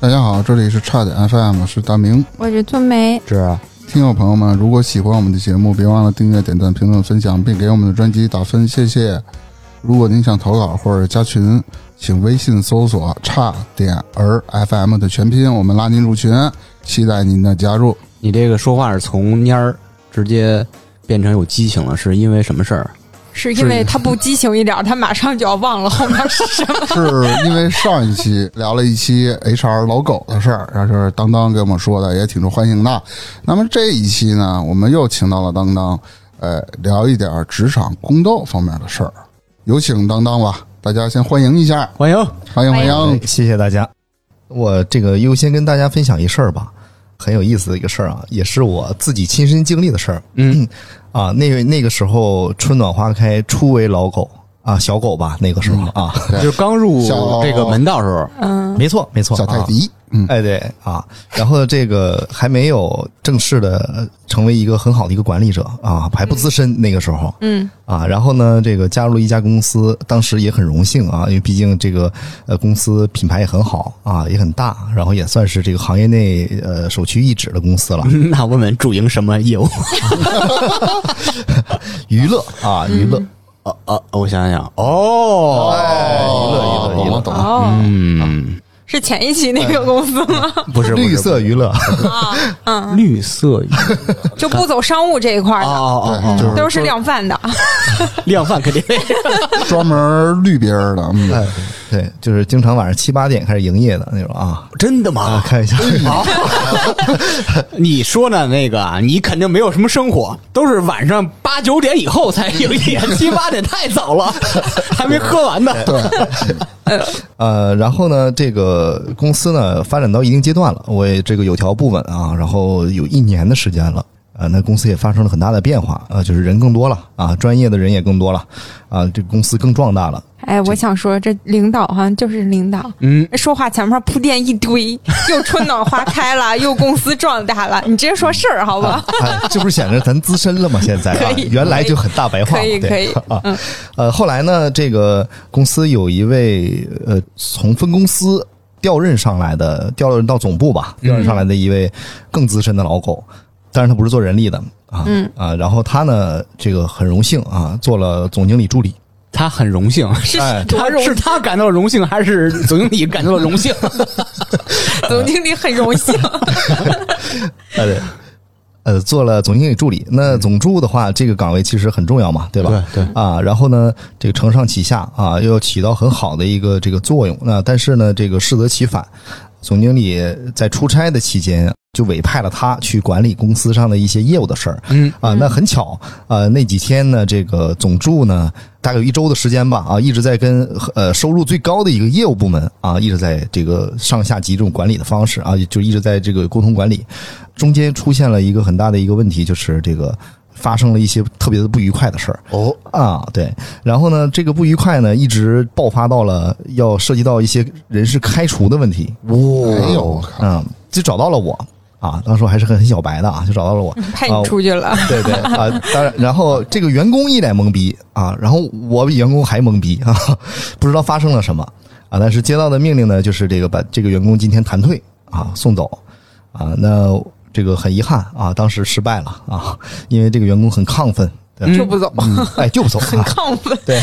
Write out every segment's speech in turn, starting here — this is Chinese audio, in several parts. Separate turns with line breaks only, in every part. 大家好，这里是差点 FM，我是大明。
我是春梅，
是啊，
听友朋友们，如果喜欢我们的节目，别忘了订阅、点赞、评论、分享，并给我们的专辑打分，谢谢。如果您想投稿或者加群，请微信搜索“差点儿 FM” 的全拼，我们拉您入群，期待您的加入。
你这个说话是从蔫儿直接变成有激情了，是因为什么事儿？
是因为他不激情一点，他马上就要忘了后 面是什 么。
是因为上一期聊了一期 HR 老狗的事儿，然后是当当给我们说的，也挺受欢迎的。那么这一期呢，我们又请到了当当，呃，聊一点儿职场宫斗方面的事儿。有请当当吧，大家先欢迎一下，
欢迎，
欢迎欢迎。
哎谢谢大家。嗯我这个优先跟大家分享一事儿吧，很有意思的一个事儿啊，也是我自己亲身经历的事儿。
嗯，
啊，那个那个时候春暖花开，初为老狗啊，小狗吧，那个时候啊，
就刚入
小
这个门道时候，
嗯，
没错没错，
小泰
啊
迪，嗯，
哎，对啊，然后这个还没有正式的成为一个很好的一个管理者啊，还不资深那个时候，
嗯
啊，然后呢，这个加入了一家公司，当时也很荣幸啊，因为毕竟这个呃公司品牌也很好啊，也很大，然后也算是这个行业内呃首屈一指的公司了，
那我们主营什么业务？
娱乐啊，娱乐，
哦哦，我想想，哦，
哎啊娱乐娱乐娱乐，
懂了
哦，
嗯，哎
是前一期那个公司吗？
不是
绿色娱乐，
绿色娱乐，
就不走商务这一块
哦
的，
哦
对，
哦，
就是
都是量贩的。
量贩肯定
专门绿别人的，嗯，
哎，对，就是经常晚上七八点开始营业的那种啊。
真的
啊，
吗？
开玩笑，
你说呢？那个啊，你肯定没有什么生活，都是晚上八九点以后才营业，七八点太早了，还没喝完呢。
呃，然后呢，这个公司呢发展到一定阶段了，我也这个有条不紊啊，然后有一年的时间了，呃，那公司也发生了很大的变化，呃，就是人更多了啊，专业的人也更多了啊，这个公司更壮大了，
哎，我想说，这领导好像就是领导，
嗯，
说话前面铺垫一 堆，又春暖花开了，又公司壮大了，你直接说事儿好吧？
哎， 这不是显得咱资深了吗？现在啊
可以，
原来就很大白话嘛，
可以
对
可以嗯
啊。呃，后来呢，这个公司有一位呃，从分公司调任上来的，调任到总部吧，
嗯
调任上来的一位更资深的老狗，当然他不是做人力的啊，
嗯
啊，然后他呢，这个很荣幸啊，做了总经理助理，
他很荣幸，
是
哎
多
他
荣
嗯是他感到荣幸，还是总经理感到荣幸？
总经理很荣 幸，
呃，对呃，做了总经理助理。
嗯
那总助的话，这个岗位其实很重要 嘛，对吧？
对
啊，然后呢，这个承上启下啊，又要起到很好的一个这个作用。那但是呢，这个适得其反，总经理在出差的期间就委派了他去管理公司上的一些业务的事儿。
嗯
啊，那很巧，呃，那几天呢，这个总助呢，大概有一周的时间吧，啊，一直在跟呃收入最高的一个业务部门啊，一直在这个上下级这种管理的方式啊，就一直在这个沟通管理。中间出现了一个很大的一个问题，就是这个发生了一些特别的不愉快的事儿。
哦，
啊，对，然后呢，这个不愉快呢，一直爆发到了要涉及到一些人事开除的问题。
没有，我靠，
嗯，就找到了我啊，当时我还是很很小白的啊，就找到了我。
派你出去了。
对对啊，当然，然后这个员工一脸懵逼啊，然后我比员工还懵逼啊，不知道发生了什么啊。但是接到的命令呢，就是这个把这个员工今天弹退啊，送走啊。那这个很遗憾啊，当时失败了啊，因为这个员工很亢奋，对吧
就不走，
嗯哎，就不走，
很
啊
亢奋。
对，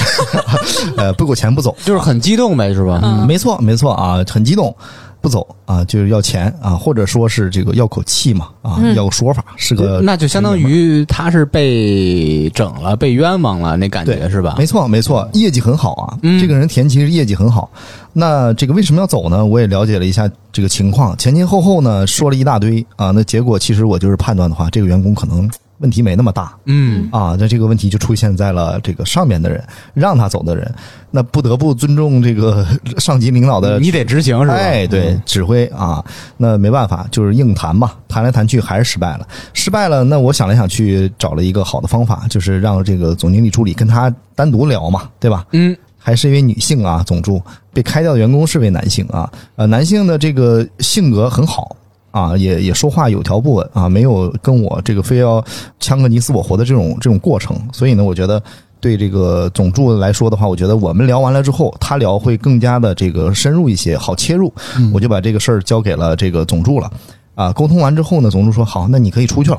呃，不给我钱不走，
就是很激动呗，是吧？
嗯，没错，没错啊，很激动，不走啊，就是要钱啊，或者说是这个要口气嘛啊，要个说法，是个
嗯那就相当于他是被整了，被冤枉了，那感觉
对
是吧？
没错，没错，业绩很好啊，
嗯
这个人田其实业绩很好，那这个为什么要走呢？我也了解了一下这个情况，前前后后呢说了一大堆啊，那结果其实我就是判断的话，这个员工可能问题没那么大，
嗯，
啊，那这个问题就出现在了这个上面的人，让他走的人，那不得不尊重这个 上级领导的
你得执行是吧？嗯
哎，对，指挥啊，那没办法，就是硬谈嘛，谈来谈去还是失败了。失败了，那我想来想去，找了一个好的方法，就是让这个总经理助理跟他单独聊嘛，对吧？
嗯，
还是因为女性啊，总助被开掉的员工是位男性啊，呃，男性的这个性格很好。啊，也也说话有条不紊啊，没有跟我这个非要枪个你死我活的这种这种过程，所以呢，我觉得对这个总助来说的话，我觉得我们聊完了之后，他聊会更加的这个深入一些，好切入。我就把这个事儿交给了这个总助了。啊，沟通完之后呢，总助说好，那你可以出去了。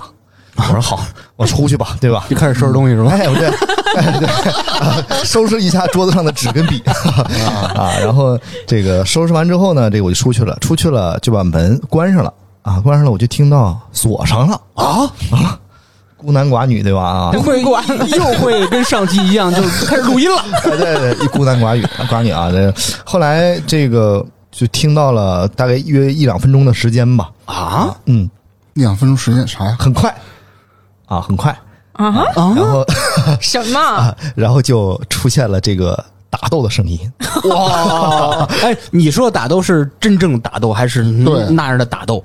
我说好，我出去吧，对吧？
就开始收拾东西是吧？
哎，我对，哎对、啊收拾一下桌子上的纸跟笔 啊，然后这个收拾完之后呢，这个我就出去了，出去了就把门关上了啊，关上了我就听到锁上了啊啊，孤男寡女对吧啊？
会 又会跟上期一样，就开始录音了。
对对对，孤男寡女寡女啊，这后来这个就听到了大概约一两分钟的时间吧，
啊
嗯，
一两分钟时间 啥呀？
很快啊，很快，
啊哈，
啊！
然后
什么？
然后就出现了这个打斗的声音。
哇！ 哎，你说的打斗是真正打斗还是
对
那样的打斗？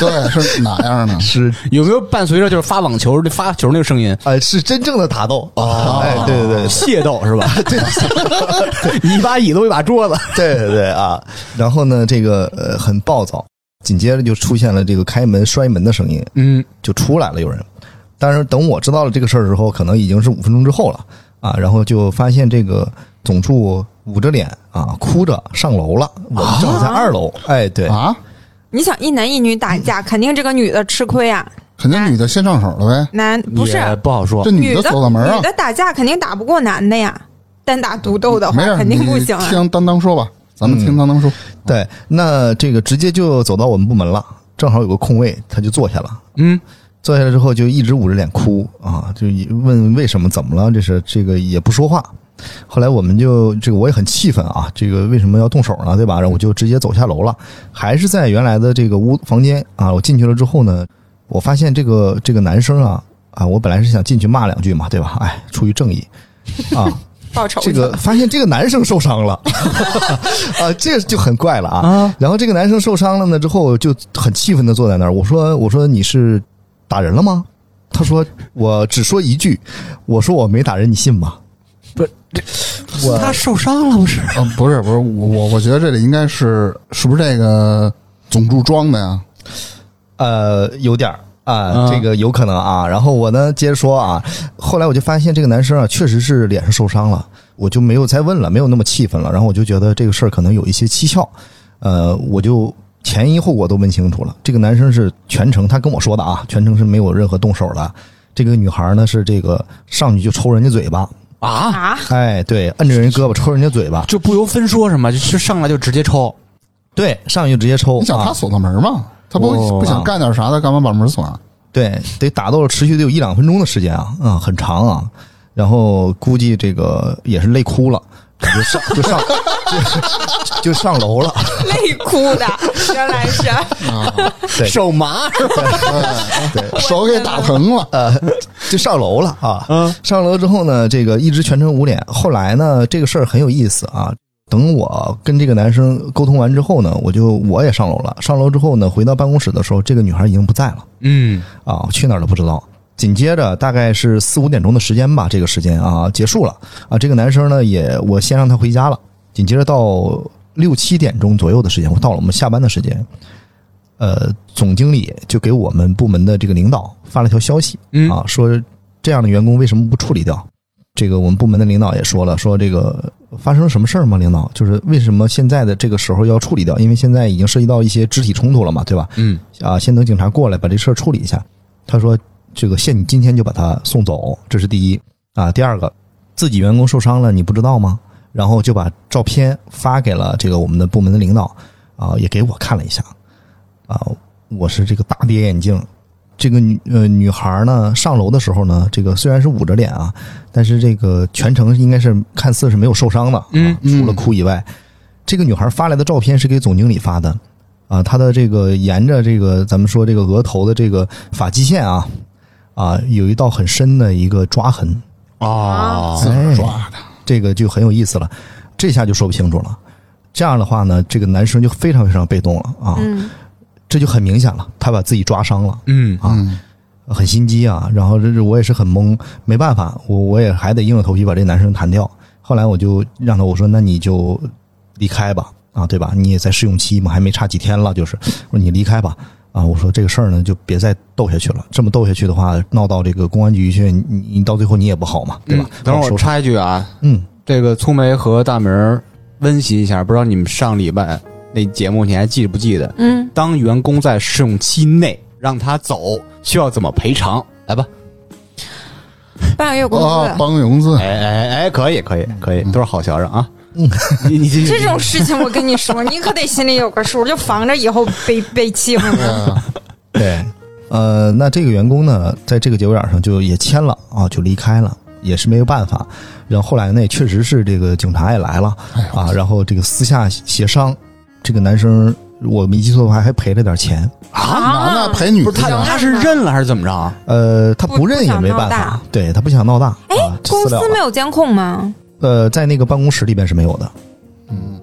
对，是哪样呢？
是
有没有伴随着就是发网球、发球那个声音？
呃，是真正的打斗啊！ 哎，对对对
械斗是吧？ 对，一把椅子，一把桌子。
对对对啊！然后呢，这个呃很暴躁，紧接着就出现了这个开门摔门的声音，
嗯，
就出来了有人。但是等我知道了这个事儿之后，可能已经是五分钟之后了啊，然后就发现这个总助捂着脸啊，哭着上楼了。我们正好在二楼，哎，对，
啊，
你想一男一女打架，肯定这个女的吃亏啊。
肯定女的先上手了呗。
男不是
也不好说
这。
女
的锁了门啊
女，的打架肯定打不过男的呀。单打独斗的
没
话，
事，
哎肯定不行
你
啊。
听当当说吧，咱
嗯
们听当当说。
对，那这个直接就走到我们部门了，正好有个空位，他就坐下了。
嗯，
坐下来之后就一直捂着脸哭啊，就一问为什么怎么了，这是这个也不说话。后来我们就这个我也很气愤啊，这个为什么要动手呢，对吧？然后我就直接走下楼了，还是在原来的这个屋房间啊。我进去了之后呢，我发现这个这个男生啊啊，我本来是想进去骂两句嘛，对吧？哎，出于正义啊，
报仇去
这
了
个发现这个男生受伤了， 啊，这个就很怪了啊。
啊
然后这个男生受伤了呢之后，就很气愤的坐在那儿。我说：“我说你是打人了吗？”他说：“我只说一句，我说我没打人，你信吗
不，这
我
他受伤了不是？
嗯，不是不是，我我我觉得这里应该是是不是这个总助装的呀？？”
呃，有点儿。啊
嗯
啊，
这个有可能啊。然后我呢，接着说啊，后来我就发现这个男生啊，确实是脸上受伤了，我就没有再问了，没有那么气愤了。然后我就觉得这个事儿可能有一些蹊跷，呃，我就前因后果都问清楚了。这个男生是全程他跟我说的啊，全程是没有任何动手的。这个女孩呢是这个上去就抽人家嘴巴，
啊，
啊！
哎，对，摁着人家胳膊抽人家嘴巴，
就不由分说什么，就就上来就直接抽。
对，上去就直接抽
你想他
啊，
锁的门吗？他不
哦
不想干点啥，他干嘛把门锁啊？
对，得打斗了持续得有一两分钟的时间啊，啊、很长啊。然后估计这个也是累哭了，就上就上 就就上楼了，
累哭 的，原来是
对
手麻是吧？
手给打疼了。
哎
呃，就上楼了啊。上楼之后呢，这个一直全程捂脸。后来呢，这个事儿很有意思啊。等我跟这个男生沟通完之后呢，我就我也上楼了。上楼之后呢，回到办公室的时候，这个女孩已经不在了。
嗯，
啊，去哪儿都不知道。紧接着大概是四五点钟的时间吧，这个时间啊结束了啊。这个男生呢也我先让他回家了。紧接着到六七点钟左右的时间，我到了我们下班的时间，呃，总经理就给我们部门的这个领导发了条消息
嗯
啊，说这样的员工为什么不处理掉？这个我们部门的领导也说了，说这个发生了什么事儿吗？领导就是为什么现在的这个时候要处理掉？因为现在已经涉及到一些肢体冲突了嘛，对吧？
嗯，
啊，先等警察过来把这事儿处理一下。他说，这个限你今天就把他送走，这是第一啊。第二个，自己员工受伤了，你不知道吗？然后就把照片发给了这个我们的部门的领导啊，也给我看了一下啊。我是这个大跌眼镜，这个女呃女孩呢上楼的时候呢，这个虽然是捂着脸啊，但是这个全程应该是看似是没有受伤的，
嗯
啊，除了哭以外，这个女孩发来的照片是给总经理发的，啊，她的这个沿着这个咱们说这个额头的这个发际线啊，啊，有一道很深的一个抓痕，
哦，
自个儿抓的，
哎这个就很有意思了，这下就说不清楚了。这样的话呢，这个男生就非常非常被动了啊，
嗯，
这就很明显了，他把自己抓伤了。
嗯
啊，很心机啊。然后这是我也是很懵，没办法，我我也还得硬着头皮把这男生弹掉。后来我就让他我说那你就离开吧，啊，对吧？你也在试用期嘛，还没差几天了，就是我说你离开吧。啊，我说这个事儿呢，就别再斗下去了。这么斗下去的话，闹到这个公安局去，你你到最后你也不好嘛，对吧？
嗯等会儿
说
我插一句啊，
嗯，
这个粗梅和大明儿温习一下，不知道你们上礼拜那节目你还记不记得？
嗯，
当员工在试用期内让他走，需要怎么赔偿？来吧，
半个月工
啊，
资。
帮佣子
哎，哎哎，可以可以可以，都是好学生啊。嗯，你你继续
这种事情我跟你说，你可得心里有个数，就防着以后 被被欺负
对
呢。
啊
对，呃，那这个员工呢，在这个节骨眼上就也签了啊，就离开了，也是没有办法。然后后来呢，也确实是这个警察也来了
哎
啊，然后这个私下协商，这个男生我没记错的话还赔了点钱。
啊，
男的陪女
不是他
的，
他是认了还是怎么着啊？
呃，他
不
认
不
也
想
没
闹
办法
大，
对他不想闹大。哎，
公
私了
司
了
没有监控吗？
呃，在那个办公室里边是没有的。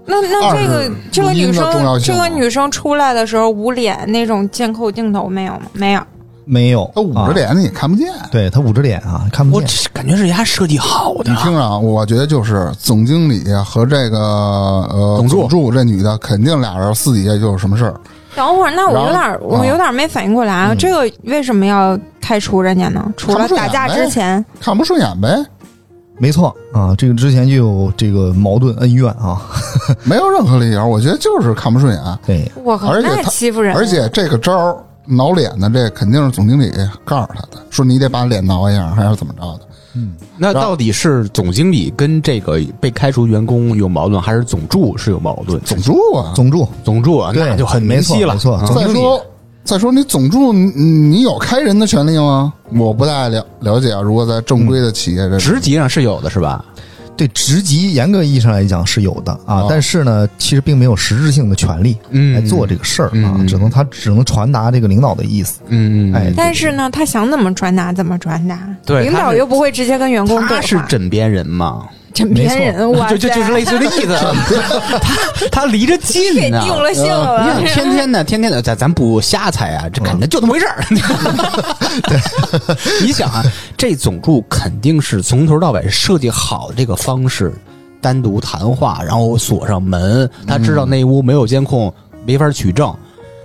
那那
二
这个
是
这个
录音
女
的重要性啊
生这个
吗
女生出来的时候捂脸那种监控镜头没有吗？没有。
没有，
他捂着
啊，
脸你也看不见。
对他捂着脸啊，看不
我
见
这。是感觉是人家设计好的
你
啊，
听着啊，我觉得就是总经理和这个呃
总助
助这女的，肯定俩人私底下就有什么事儿。
等会儿，那我
然后嗯
有点儿，我有点儿没反应过来啊，这个为什么要开除人家呢？除了打架之前，
看不顺眼呗，
没错啊，这个之前就有这个矛盾恩怨啊。
没有任何理由，我觉得就是看不顺眼。
对，
我靠，
而且
那
他
欺负人，
而且这个招儿挠脸的，这肯定是总经理告诉他的，说你得把脸挠一下，还是怎么着的？
那到底是总经理跟这个被开除员工有矛盾，还是总助是有矛盾？
总助啊，
总助
总助啊，那
对
就很明晰了。
没错没错
啊
总经
再
理
说再说，你总助你你有开人的权利吗？我不太了了解啊。如果在正规的企业这，
职级上是有的，是吧？
对职级严格意义上来讲是有的啊，
哦
但是呢，其实并没有实质性的权利
嗯
来做这个事儿啊，
嗯
只能他只能传达这个领导的意思。
嗯，
哎，
但是呢，他想怎么传达怎么传达，
对
领
他
导
是
又不会直接跟员工对
他
话，
是枕边人嘛，
枕边人，我
就就就是类似的 意思。他他离着
给
近
定
呢。
了性
你想
了，
天天的，天天的，咱咱不瞎猜啊，这肯定就那么回事 儿。你想啊，这总助肯定是从头到尾设计好这个方式，单独谈话，然后锁上门。他知道那屋没有监控，没法取证。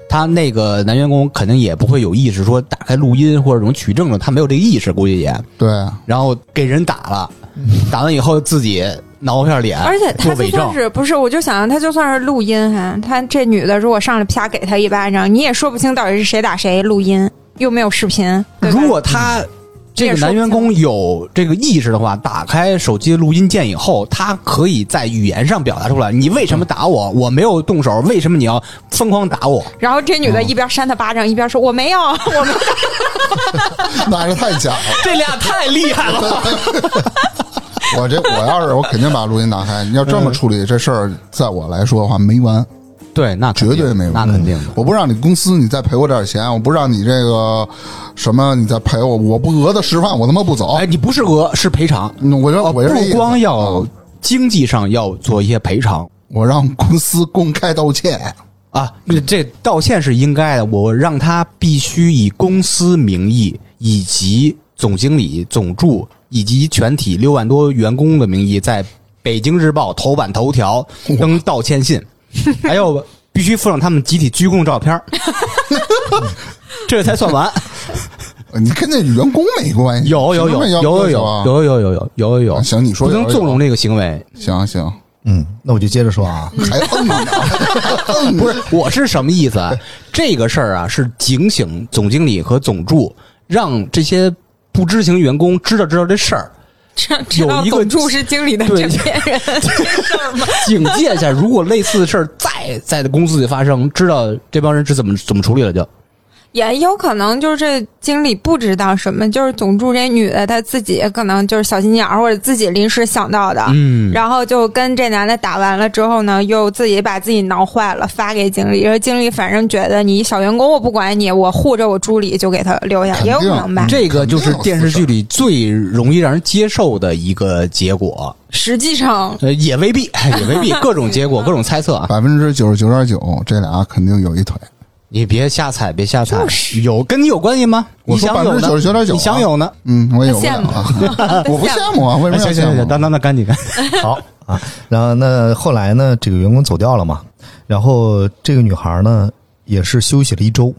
他那个男员工肯定也不会有意识说打开录音或者什么取证的，他没有这个意识，估计也。
对，啊
然后给人打了，打完以后自己挠一下脸，
而且
做
他就
伪证
算。是不是，我就想他就算是录音哈，他这女的如果上来啪给他一巴掌，你也说不清到底是谁打谁，录音又没有视频，对吧
如果
嗯
他这个男员工有这个意识的话，打开手机录音键以后，他可以在语言上表达出来，你为什么打我？我没有动手，为什么你要疯狂打我？
然后这女
哦
的一边扇他巴掌一边说我没有，我没有
那是太假了。
这俩太厉害了！
我这我要是我肯定把录音打开。你要这么处理这事儿，在我来说的话没完，
对，那肯
绝
定
对没完。嗯
那肯定的。
我不让你公司你再赔我点钱，我不让你这个什么你再赔我，我不讹他十万我他妈不走。
哎，你不是讹，是赔偿。
嗯我这
哦
哦我这
不光要
啊
经济上要做一些赔偿
我让公司公开道歉。
啊，这道歉是应该的。我让他必须以公司名义以及总经理、总助以及全体六万多员工的名义，在北京日报头版头条登道歉信，还要 必须附上他们集体鞠躬照片儿， 这才算 完。
你跟那员工没关系，
有有有
什么要
有有有
要求啊
有有有有有有有，
行你说
不能
有有
纵容这个行为。
行行，
嗯，那我就接着说啊，
还摁呢， 摁
不是，我是什么意思啊？这个事儿啊，是警醒总经理和总助，让这些不知情员工知道知道这事儿，
知知道
有一个
总助是经理的
对
枕边 人这事儿吗？
警戒一下。如果类似的事儿再在公司里发生，知道这帮人是怎么怎么处理了就。
也有可能就是这经理不知道什么，就是总助这女的她自己可能就是小心眼儿，或者自己临时想到的。
嗯，
然后就跟这男的打完了之后呢，又自己把自己挠坏了，发给经理。然后经理反正觉得你小员工我不管你，我护着我助理就给他留下，
肯
也有
定
可能吧。
这个就是电视剧里最容易让人接受的一个结果，
实际上
呃，也未必， 也未 必，各种结果，各种猜测啊。
百分之九十九点九，这俩肯定有一腿。
你别瞎猜，别瞎猜，有跟你有关系吗？
我
你
说
想有呢？
99.9
你想有呢？
嗯，我也有
羡慕
不了啊， 我不羡 慕啊，为什么
哎行
要
行
羡
行，那
慕？
那那赶紧赶紧。
好啊，然后那后来呢，这个员工走掉了嘛，然后这个女孩呢也是休息了一周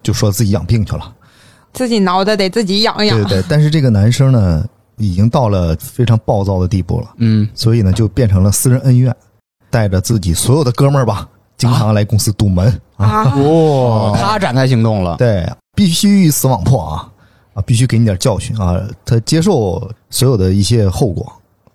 就说自己养病去了。
自己挠的得自己养
对
养
对。对，但是这个男生呢，已经到了非常暴躁的地步了，
嗯，
所以呢，就变成了私人恩怨，带着自己所有的哥们儿吧，经常来公司堵门。
啊，
哇，他展开行
啊
动了，
对，必须一死网破啊啊，必须给你点教训啊！他接受所有的一些后果，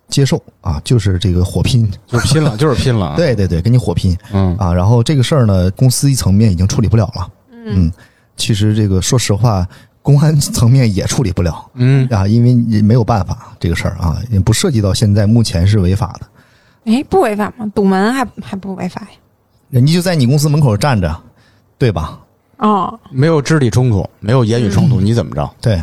接受啊，就是这个火拼。
就是拼了，就是拼
啊
了。，
对对对，跟你火拼
嗯
啊！然后这个事儿呢，公司一层面已经处理不了了。嗯，其实这个说实话，公安层面也处理不了。
嗯，
啊，因为你没有办法这个事儿啊，也不涉及到现在目前是违法的。
哎，不违法吗？堵门还还不违法呀？
人家就在你公司门口站着，对吧？
哦，
没有肢体冲突，没有言语冲突，你怎么着？
对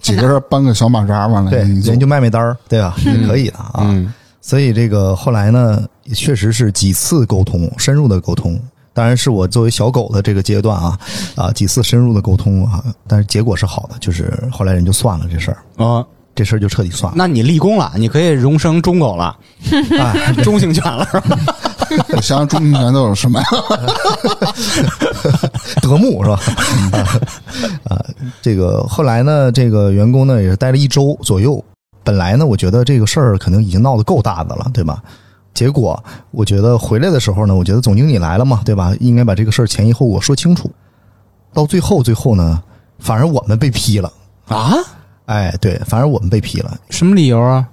几个人搬个小马扎完了，
对，
哎你就
人就卖卖单儿，对吧？也可以的啊。
嗯
所以这个后来呢，也确实是几次沟通，深入的沟通。当然是我作为小狗的这个阶段啊，啊，几次深入的沟通啊，但是结果是好的，就是后来人就算了这事儿，
啊，
这事儿就彻底算了。
那你立功了，你可以荣升中狗 了，啊
哎，
中型犬了。
我想想中庭拳都有 什么呀？
德牧是吧？啊、这个后来呢，这个员工呢也是待了一周左右。本来呢，我觉得这个事儿可能已经闹得够大的了，对吧？结果我觉得回来的时候呢，我觉得总经理来了嘛，对吧？应该把这个事儿前因后果说清楚。到最后，最后呢，反而我们被批了。
啊？
哎，对，反而我们被批了。
什么理由啊？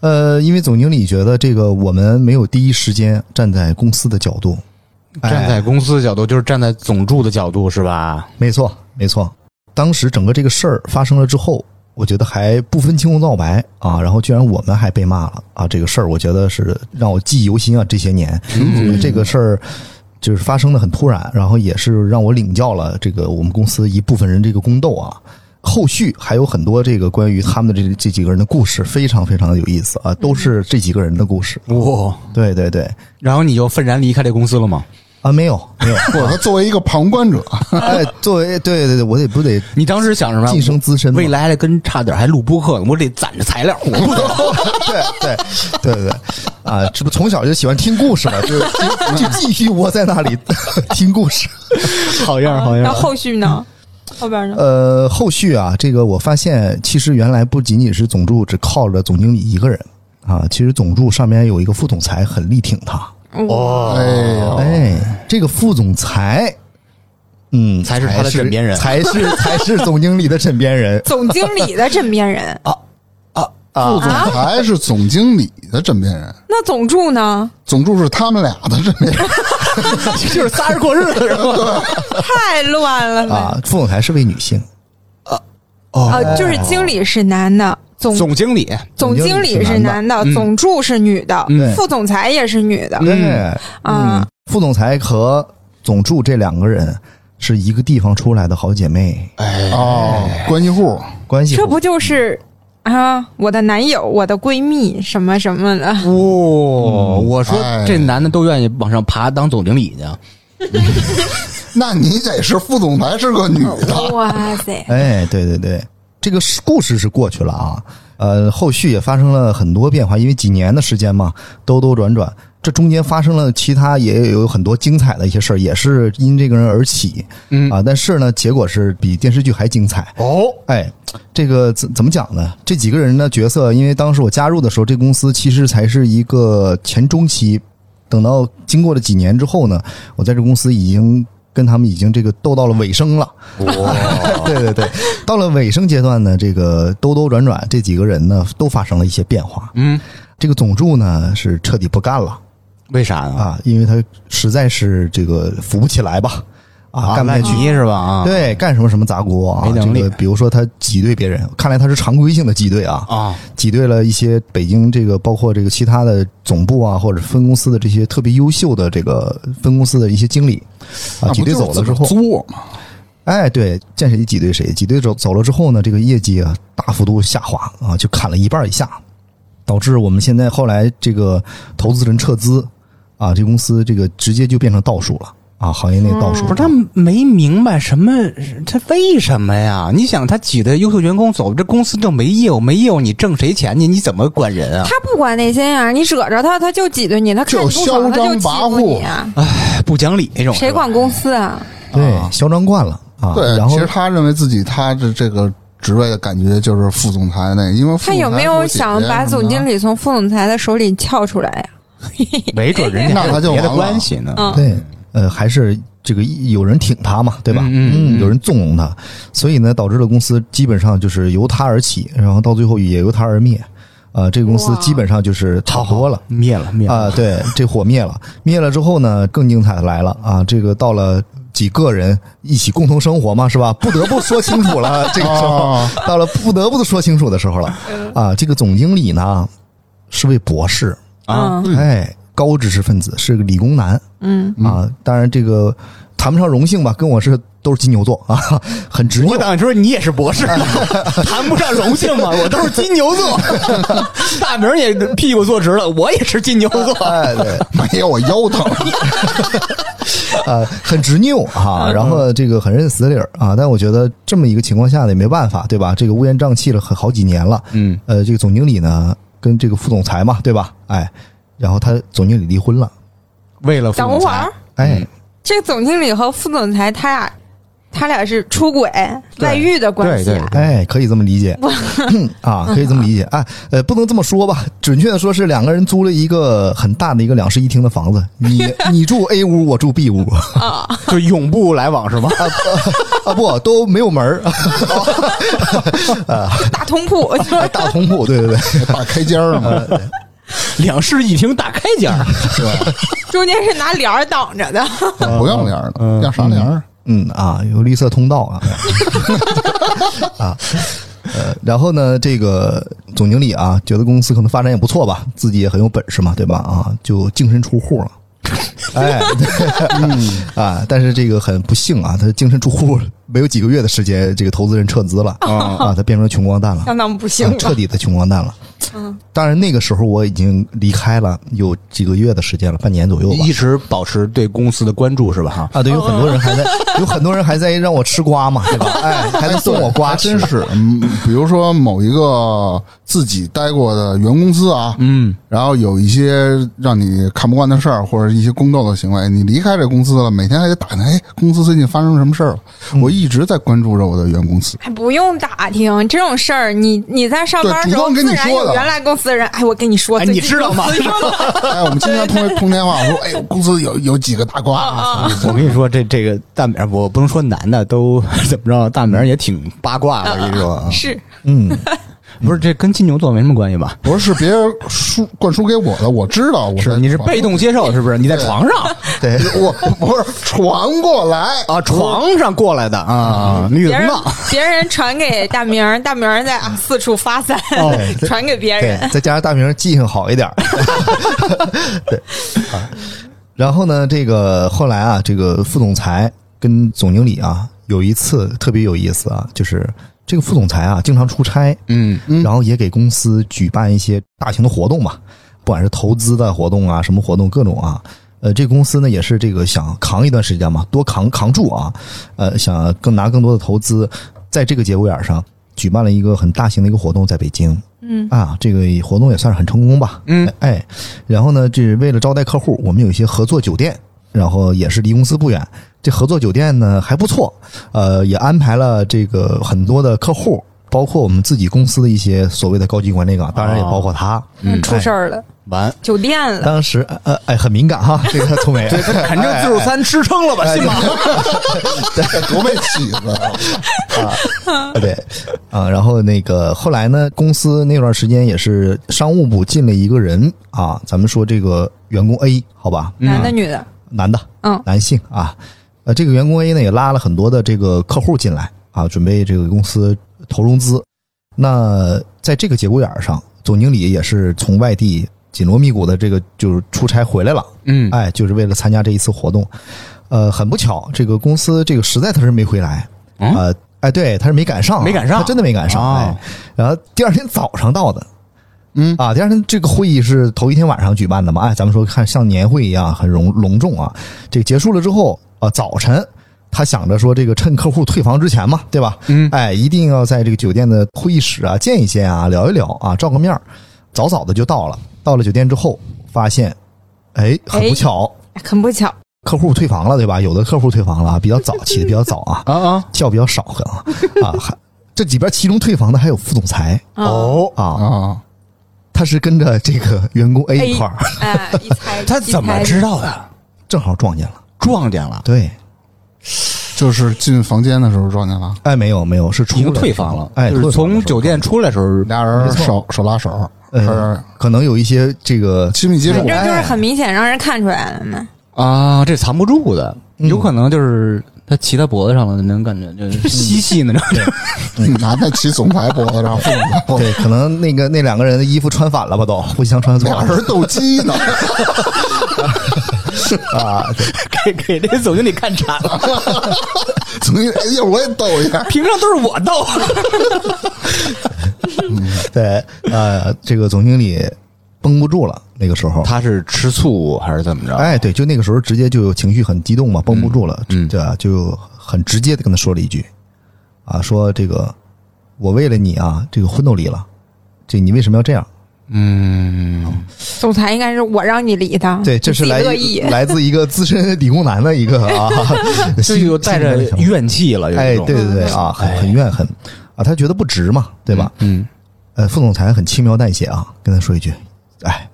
呃，因为总经理觉得这个我们没有第一时间站在公司的角度，哎
站在公司的角度，就是站在总助的角度，是吧？
没错，没错。当时整个这个事儿发生了之后，我觉得还不分青红皂白啊，然后居然我们还被骂了啊！这个事儿我觉得是让我记忆犹新啊，这些年，因为这个事儿就是发生的很突然，然后也是让我领教了这个我们公司一部分人这个宫斗啊。后续还有很多这个关于他们的这这几个人的故事，非常非常的有意思啊，都是这几个人的故事。
哇！
对对对，
然后你就愤然离开这公司了吗？
啊，没有没有，
不，他作为一个旁观者，
哎，作为对对对，我得 不得
你当时想什么？
晋升资深嘛？
未来还跟差点还录播客呢，我得攒着材料，我不走。
对 对对对，啊，这不从小就喜欢听故事嘛，就就就继续窝在那里听故事。
好 样
那后续呢？ 后边呢？
呃，后续啊，这个我发现，其实原来不仅仅是总助只靠着总经理一个人啊，其实总助上面有一个副总裁很力挺他。
哦，。
哎呦，
哎，这个副总裁，嗯，
才是他的枕边人
才是才是总经理的枕边人
总经理的枕边人，
啊
副总裁是总经理的枕边人，
那总助呢？
总助是他们俩的枕边人。
就是仨人过日子是吧？
太乱了吧！
啊，副总裁是位女性，
啊，就是经理是男的，总
总经理，
总经理是男的，嗯总助是女的
嗯，
副总裁也是女的
对，
啊。
嗯副总裁和总助这两个人是一个地方出来的好姐妹，
哎
哦，关系户，
关系
哎这不就是啊，我的男友，我的闺蜜，什么什么的。
哇！嗯我说
哎
这男的都愿意往上爬当总经理去，啊
那你得是副总裁是个女的，
哇塞！
哎，对对对，这个是故事是过去了啊，呃，后续也发生了很多变化，因为几年的时间嘛，兜兜转转，这中间发生了其他也有很多精彩的一些事儿，也是因这个人而起，
嗯
啊，但是呢，结果是比电视剧还精彩
哦。
哎，这个怎怎么讲呢？这几个人的角色，因为当时我加入的时候，这公司其实才是一个前中期。等到经过了几年之后呢，我在这公司已经跟他们已经这个斗到了尾声了。 对对对，到了尾声阶段呢，这个兜兜转转，这几个人呢都发生了一些变化。
嗯，
这个总助呢是彻底不干了
为啥呢？
啊，因为他实在是这个扶不起来吧，啊，干不下
赖
去。
皮是吧？啊，
对，干什么什么砸锅啊？
没能力
这个比如说他挤兑别人，看来他是常规性的挤兑啊，
啊，
挤兑了一些北京这个包括这个其他的总部啊或者分公司的这些特别优秀的这个分公司的一些经理啊，
那
挤
不
兑
就是
走了之后
自，己作嘛？
哎，对，见谁挤兑谁，挤兑走走了之后呢，这个业绩啊大幅度下滑啊，就砍了一半以下，导致我们现在后来这个投资人撤资啊，这公司这个直接就变成倒数了啊，行业内倒数。
不是他没明白什么，他为什么呀？你想他挤的优秀员工走，这公司就没业务，没业务你挣谁钱去？你怎么管人啊？
他不管那些呀，你惹着他，他就挤兑你，他看你不
就
爽，他
嚣张
就欺
跋
负
扈
你啊！
不讲理那种，
谁管公司啊？
不对，嚣张惯了啊。
对，
然后
其实他认为自己他的这个职位的感觉就是副总裁那，因为副
他有没有想把总 经
理？
理从副总裁的手里撬出来啊呀、
没准人家
那他就
有别的
完了
关系呢。
嗯
对，呃，还是这个有人挺他嘛，对吧？
嗯嗯嗯
有人纵容他，所以呢，导致了公司基本上就是由他而起，然后到最后也由他而灭。呃，这个公司
哇
基本上就是差不多了。
灭了灭
啊、
了，
对，这火灭了，灭了之后呢，更精彩的来了啊！这个到了几个人一起共同生活嘛， 是吧？不得不说清楚了，这个时候
啊，
到了不得不说清楚的时候了
嗯
啊！这个总经理呢是位博士，
啊
嗯
哎，高知识分子，是个理工男
嗯，
啊。当然，这个谈不上荣幸吧，跟我是都是金牛座啊，很执拗
我。当时说你也是博士呢，谈不上荣幸嘛，我都是金牛座，大明儿也屁股坐直了，我也是金牛座，
哎，对，
没有我腰疼，
呃，很执拗
嗯
啊，然后这个很认死理儿啊，但我觉得这么一个情况下呢，也没办法，对吧？这个乌烟瘴气了很好几年了，
嗯，
呃，这个总经理呢跟这个副总裁嘛，对吧？哎，然后他总经理离婚了，
为了
等会儿，
哎，
这总经理和副总裁他俩他俩是出轨外遇的关系啊、
哎，可以这么理解啊，可以这么理解啊，呃，不能这么说吧，准确的说是两个人租了一个很大的一个两室一厅的房子，你你住 A 屋，我住 B 屋
就永不来往是吗？
啊，不都没有门儿，啊
大通铺， 就是
大通铺，对对对，
打开间儿了嘛。
两室一厅大开间 儿，
中间是拿帘儿挡着 的。
不要帘儿
嗯
的，要啥帘儿？
哎嗯啊，有绿色通道啊， 啊，呃，然后呢，这个总经理啊，觉得公司可能发展也不错吧，自己也很有本事嘛，对吧？啊，就净身出户了。 哎，嗯 啊，但是这个很不幸啊，他净身出户没有几个月的时间，这个投资人撤资了啊，他变成穷光蛋了，
相当不幸了
啊彻底的穷光蛋了。嗯，当然那个时候我已经离开了有几个月的时间了，半年左右吧。
一直保持对公司的关注是吧？哈，
啊，对，有很多
哦
人还在，有很多人还在让我吃瓜嘛，对吧？哎，还在送我瓜
还
吃
真，是，嗯，比如说某一个自己待过的原公司啊，
嗯，
然后有一些让你看不惯的事儿，或者一些宫斗的行为，你离开这公司了，每天还得打听，哎，公司最近发生什么事儿了？
嗯
我一直在关注着我的原公司，
还哎不用打听这种事儿，你你在上班的时候，
对主动跟
自
你
然
说
有
的
原来公司的人。哎，我跟你说，
哎
最
你
近
知道吗
公司又
哎，我们今天通通电话，我说，哎，公司有有几个大瓜啊，
我跟你说，这这个大明儿，我不能说男的都呃怎么着，大明儿也挺八卦的，我跟你说啊，
是
嗯，
不是这跟金牛座没什么关系吧？
不是是别人输灌输给我的，我知道，我在
你是被动接受是不是？你在床上
对，
我不是传过来，哎
啊， 床上过来的啊，女
别
人
人
嘛，
别人传给大明儿，大明儿在啊四处发散，
哦
传给别
对
人。，
再加上大明记性好一点儿， 对啊。然后呢，这个后来啊，这个副总裁跟总经理啊，有一次特别有意思啊，就是这个副总裁啊，经常出差，
嗯，
然后也给公司举办一些大型的活动嘛，不管是投资的活动啊，什么活动各种啊。呃，这公司呢也是这个想扛一段时间嘛，多扛扛住啊，呃，想更拿更多的投资，在这个节骨眼上举办了一个很大型的一个活动，在北京。嗯啊，这个活动也算是很成功吧。
嗯
哎，然后呢，这是为了招待客户，我们有一些合作酒店，然后也是离公司不远。这合作酒店呢还不错，呃，也安排了这个很多的客户，包括我们自己公司的一些所谓的高级管理
哦
岗，当然也包括他。
嗯
出事儿了，
完，
酒店了，
当时呃哎很敏感哈， 这个聪 梅
对，他肯定自助餐吃撑了吧，信吗？
多被气 死！
啊 对啊，然后那个后来呢，公司那段时间也是商务部进了一个人啊，咱们说这个员工 A 好吧，
嗯
男的女的，
男的，
嗯
男性啊，呃，这个员工 A 呢也拉了很多的这个客户进来啊，准备这个公司投融资。那在这个节骨眼儿上，总经理也是从外地紧锣密鼓的这个就是出差回来了，
嗯
哎，就是为了参加这一次活动。呃，很不巧，这个公司这个实在他是没回来，
嗯
呃，哎，对，他是没赶上啊，
没赶上
他真的没赶上。
哦
哎，然后第二天早上到的，
嗯
啊，第二天这个会议是头一天晚上举办的嘛？哎，咱们说看像年会一样很隆隆重啊。这个结束了之后啊，早晨他想着说这个趁客户退房之前嘛，对吧？
嗯
哎，一定要在这个酒店的会议室啊见一见啊，聊一聊啊，照个面儿。早早的就到了，到了酒店之后发现，哎，很
哎
不巧，
很不巧，
客户退房了，对吧？有的客户退房了啊，比较早，起的比较早啊，
嗯
啊啊
觉比较少，可能啊。还这里边其中退房的还有副总裁
哦，
啊，
啊！
他是跟着这个员工 A 一块儿，
哎，一猜
他怎么知？道的？
正好撞见了。
撞见了，
对，
就是进房间的时候撞见了，
哎，没有没有，是出
已经
了
退房了，
哎，
就是
退房
从
了
酒店出来的时候，
俩人
没错
手手拉手，是
嗯
呃，可能有一些这个
亲密接触
这就是很明显让人看出来了嘛。
啊，这藏不住的，
嗯
有可能就是他骑他脖子上了那种感觉，就是 嬉戏那种。
嗯拿在骑总裁脖子上，父母在
哦
脖子
对，可能那个那两个人的衣服穿反了吧都，互相穿错
俩
了
人斗鸡呢，
啊。对
给 给这总经理看馋了，
总经理，哎一会儿我也斗一下。
平常都是我 逗。
对，呃，这个总经理绷不住了，那个时候，
他是吃醋还是怎么着？
哎，对，就那个时候直接就有情绪很激动嘛，绷不住了，
嗯嗯
对啊，就很直接的跟他说了一句，啊，说这个我为了你啊，这个婚都离了，这你为什么要这样？
嗯，
总裁应该是我让你理的，
对，这是
你自
来
己乐意。
来自一个资深理工男的一个 啊，
这
心
就带着
心里面的
怨气了，有一
哎，
种
对对对啊，很很怨恨啊，他觉得不值嘛，对吧？？
嗯，
呃，副总裁很轻描淡写啊，跟他说一句：“哎，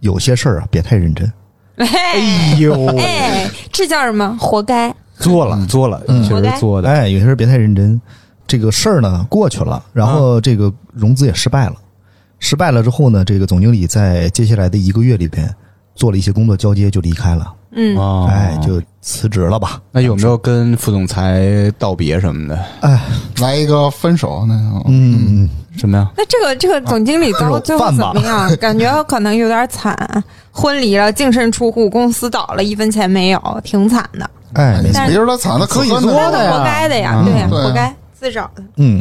有些事儿啊，别太认真。
哎
哎呦，
哎，这叫什么？活该！
作了作了，
嗯
确实作的。
哎，有些事儿别太认真。这个事儿呢过去了，然
啊
后这个融资也失败了，失败了之后呢，这个总经理在接下来的一个月里边做了一些工作交接，就离开了，
嗯，
哦
哎，就辞职了吧。
那有没有跟副总裁道别什么的？
来一个分手那种，
嗯，
什么呀？
那这个这个总经理
啊
到最后怎么样？感觉可能有点惨，婚离了，净身出户，公司倒了，一分钱没有，挺惨的。
哎，
你
没错
但
别
是
说他惨，他可
可以
恨
多
那
呢
都
的呀
活该的呀，
嗯
对呀，
对啊
活该，自找的。
嗯，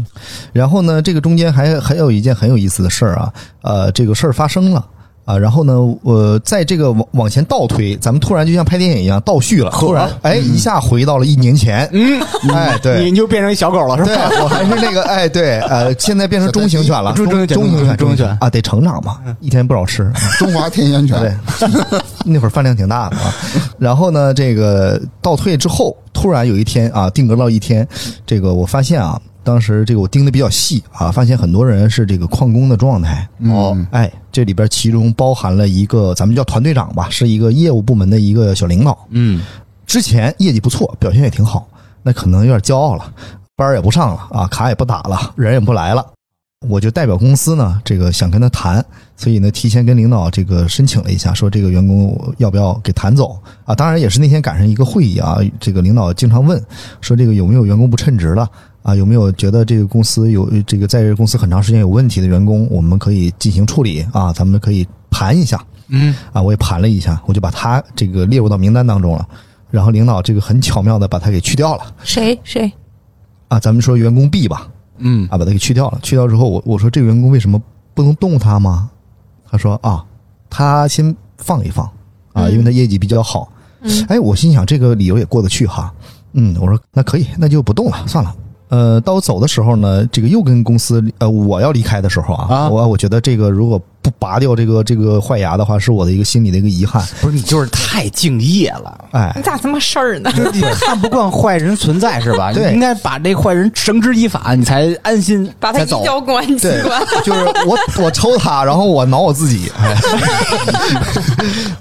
然后呢，这个中间还还有一件很有意思的事儿啊，呃，这个事儿发生了啊，然后呢，我、呃在这个往往前倒推，咱们突然就像拍电影一样倒叙了，突然哎一下回到了一年前，
嗯，
哎
你
对。
你就变成一小狗了是
对，
吧？
我还是 那个，哎，对，呃，现在变成中型犬了，
中中型犬
中型犬，
中型犬嗯
啊，得成长嘛，一天不少吃，
中华田园
对
犬，，
那会儿饭量挺大的啊。然后呢，这个倒退之后，突然有一天啊，定格到一天，这个我发现啊，当时这个我盯的比较细啊，发现很多人是这个旷工的状态。
哦，
哎，这里边其中包含了一个咱们叫团队长吧，是一个业务部门的一个小领导，
嗯，
之前业绩不错，表现也挺好，那可能有点骄傲了，班儿也不上了啊，卡也不打了，人也不来了。我就代表公司呢，这个想跟他谈，所以呢，提前跟领导这个申请了一下，说这个员工要不要给谈走啊？当然也是那天赶上一个会议啊，这个领导经常问说这个有没有员工不称职了啊？有没有觉得这个公司有这个在这个公司很长时间有问题的员工，我们可以进行处理啊？咱们可以盘一下。
嗯
啊，我也盘了一下，我就把他这个列入到名单当中了。然后领导这个很巧妙的把他给去掉了
谁谁？
啊，咱们说员工 B 吧，
嗯，
啊，把他给去掉了。去掉之后，我我说这个员工为什么不能动他吗？他说啊，他先放一放啊，因为他业绩比较好。
嗯
哎，我心想这个理由也过得去哈。嗯，我说那可以，那就不动了，算了。呃，到我走的时候呢，这个又跟公司呃，我要离开的时候啊，
啊
我我觉得这个如果不拔掉这个这个坏牙的话，是我的一个心里的一个遗憾。
不是你就是太敬业了。
哎
你，咋这么事儿呢？
就是 你看不惯坏人存在是吧？你
对
应该把这坏人绳之以法，你才安心
把他
才
移
走。
交公安机
对
关。，
就是我我抽他，然后我挠我自己。哎、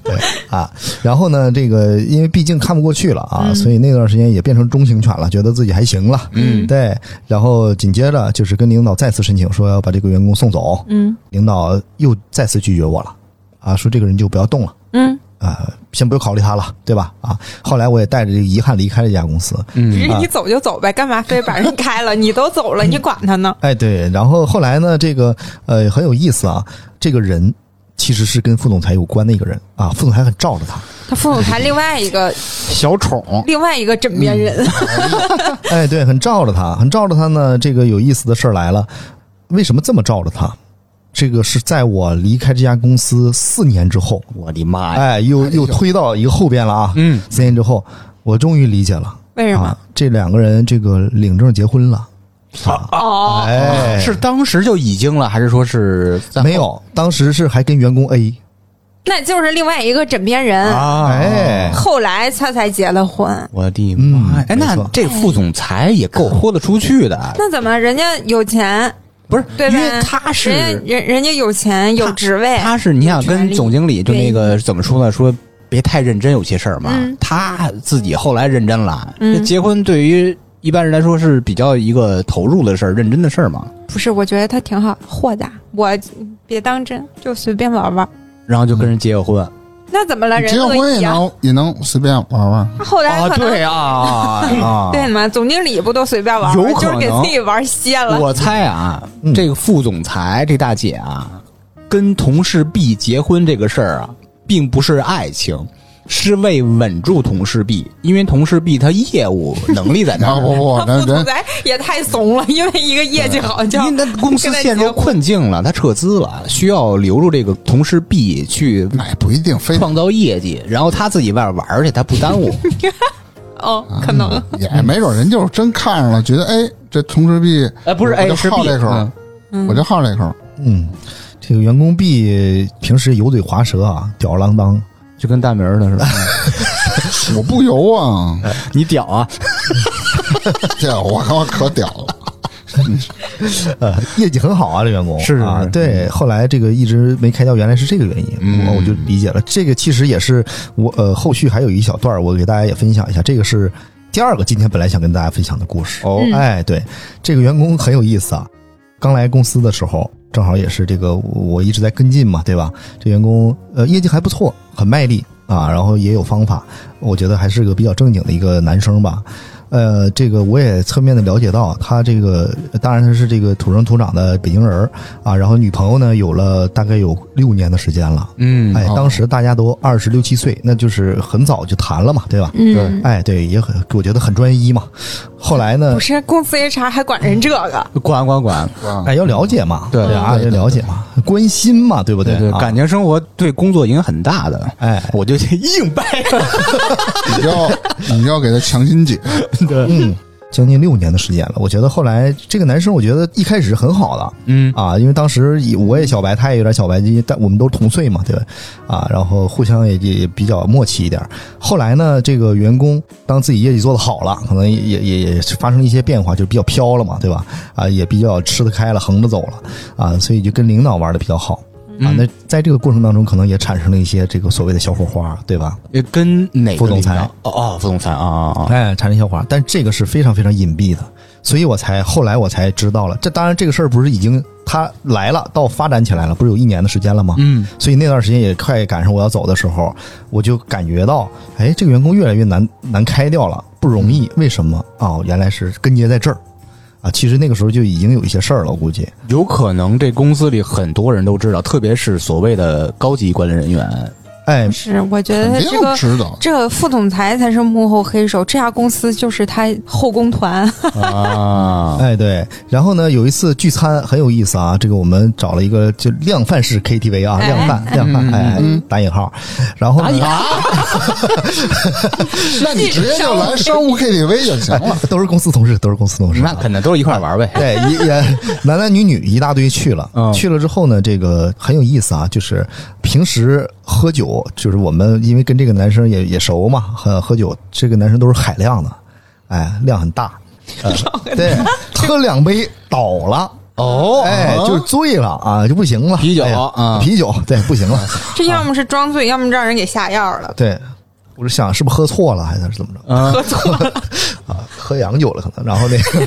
对啊，然后呢，这个因为毕竟看不过去了啊，所以那段时间也变成中型犬了，觉得自己还行了。嗯，对。然后紧接着就是跟领导再次申请说要把这个员工送走，
嗯
领导又再次拒绝我了，啊，说这个人就不要动了。
嗯，
啊，先不用考虑他了，对吧？啊，后来我也带着这个遗憾离开了这家公司。
只
嗯啊
是你走就走呗，干嘛非把人开了？你都走了，你管他呢？
哎，对，然后后来呢，这个呃很有意思啊，这个人其实是跟副总裁有关的一个人啊，副总裁很罩着他。
他父母还另外 一个
小宠
另外一个枕边人，
嗯
哎，对，很罩着他，很罩着他呢。这个有意思的事儿来了，为什么这么罩着他？这个是在我离开这家公司四年之后，
我的妈呀！
哎，又又推到一个后边了啊。
嗯，
四年之后，我终于理解了
为什么
啊？，这两个人这个领证结婚了。
哦，
哎，
是当时就已经了，还是说是在
没有，当时是还跟员工 A。
那就是另外一个枕边人。
啊
哎，
后来他才结了婚。
我的妈呀！哎，
嗯没
那
错
这副总裁也够豁得出去的，
那怎么人家有钱，
不是？
对
因
吧？
为他是
人家人人家有钱有职位，
他是你想
有权
跟
利
总经理就那个怎么说呢？说别太认真，有些事儿嘛。
嗯
他自己后来认真了，
嗯
这结婚对于一般人来说是比较一个投入的事儿，认真的事儿嘛。
不是？我觉得他挺好，豁达。我别当真，就随便玩玩。
然后就跟人结个婚。
那怎么了？人
结
乐
婚也
意啊。
能也能随便玩玩，
他后来
啊，
可能、
对啊 啊！
对嘛，总经理不都随便玩玩
有，可
就是
能
给自己玩歇了。
我猜啊，
嗯
这个副总裁这大姐啊，跟同事 B 结婚这个事儿啊，并不是爱情。是为稳住同事 B，因为同事 B 他业务能力在那
然
儿，
后不不，
他
人
副总
人
裁也太怂了，因为一个业绩好就
因为他公司陷入困境了，他撤资了，需要留住这个同事 B 去
那也哎不一定非得
创造业绩，然后他自己外边玩去，他不耽误。
哦，可
嗯
能
也没准人就是真看上了，觉得哎，这同事 B，
哎不是
我
哎
就是好
B，
这口
嗯，
我就好这口。
嗯，这个员工 B 平时油嘴滑舌啊，吊儿郎当，
就跟大明儿的是吧？
我不油啊，
你屌啊！
这我我可屌了。
呃，业绩很好啊，这员工
是是
啊
是，
对，后来这个一直没开掉，原来是这个原因，
嗯
我我就理解了。这个其实也是我呃，后续还有一小段儿，我给大家也分享一下。这个是第二个，今天本来想跟大家分享的故事。
哦
嗯
哎，对，这个员工很有意思啊。刚来公司的时候，正好也是这个我我一直在跟进嘛，对吧？这员工呃业绩还不错，很卖力啊，然后也有方法，我觉得还是个比较正经的一个男生吧。呃，这个我也侧面的了解到，他这个当然他是这个土生土长的北京人儿啊，然后女朋友呢有了大概有六年的时间了，
嗯
哎，
哦
当时大家都二十六七岁，那就是很早就谈了嘛，对吧？
嗯，
哎，对，也很我觉得很专一嘛。后来呢
不，是公司 HR 还管人这个，
管管管，
啊
哎，要了解嘛，
对
啊，
对
要
对
了解嘛，关心嘛，对不
对对，
啊
感情生活对工作影响很大的。
哎，
我就 硬掰了，
你就要你就要给他强心剂，
嗯，将近六年的时间了。我觉得后来这个男生，我觉得一开始是很好的，
嗯
啊，因为当时也我也小白，他也有点小白，因为但我们都是同岁嘛，对吧？啊，然后互相也也也比较默契一点。后来呢，这个员工当自己业绩做得好了，可能也也也也发生一些变化，就比较飘了嘛，对吧？啊，也比较吃得开了，横着走了啊，所以就跟领导玩的比较好。啊，那在这个过程当中，可能也产生了一些这个所谓的小火花，对吧？
那跟哪个
副总裁
领导？哦哦，副总裁啊啊啊！
哎，产生小火花，但这个是非常非常隐蔽的，所以我才后来我才知道了。这当然这个事儿不是已经他来了，到发展起来了，不是有一年的时间了吗？
嗯，
所以那段时间也快赶上我要走的时候，我就感觉到，哎，这个员工越来越难难开掉了，不容易。为什么？哦，原来是根结在这儿啊！其实那个时候就已经有一些事儿了，我估计。
有可能这公司里很多人都知道，特别是所谓的高级管理人员，
哎，
是我觉
肯
得这
定
个。
知道。
这个呃副总裁才是幕后黑手，这家公司就是他后宫 团。
啊，
哎，对，然后呢，有一次聚餐很有意思啊，这个我们找了一个就量贩式 KTV 啊，
哎
量贩量贩，哎，打引号，然后呢，
那你直接就来商务 KTV 就行了。
都是公司同事，都是公司同事，
那肯定都是一块儿玩呗。
对，也也男男女女一大堆去了，
嗯
去了之后呢，这个很有意思啊，就是平时喝酒，就是我们因为跟这个男生也也熟嘛，喝喝酒，这个男生都是海量的，哎，量很大，呃对，喝两杯倒了。哦，哎，就醉了啊，就不行了。
啤酒
哎呀
啊
啤酒，对，不行了。
这要么是装醉，要么让人给下药了。
对，我就想是不是喝错了，还是怎么着？ 啊
啊
喝错了，
喝洋酒了可能，然后那个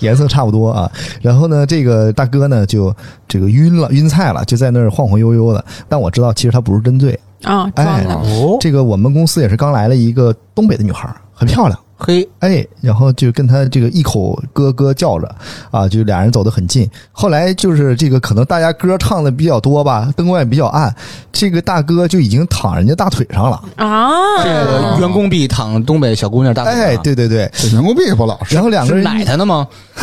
颜色差不多啊，然后呢，这个大哥呢就这个晕了，晕菜了，就在那儿晃晃悠悠的。但我知道其实他不是真醉，
啊，装
哎
的。
哦，
这个我们公司也是刚来了一个东北的女孩儿，很漂亮。
嘿，
哎，然后就跟他这个一口咯咯叫着啊，就俩人走得很近。后来就是这个，可能大家歌唱的比较多吧，灯光也比较暗，这个大哥就已经躺人家大腿上了。
啊，
这个员工必躺东北小姑娘大腿上
哎，，对对对，
这员工币不老实，
然后两个
是
人
奶他呢吗？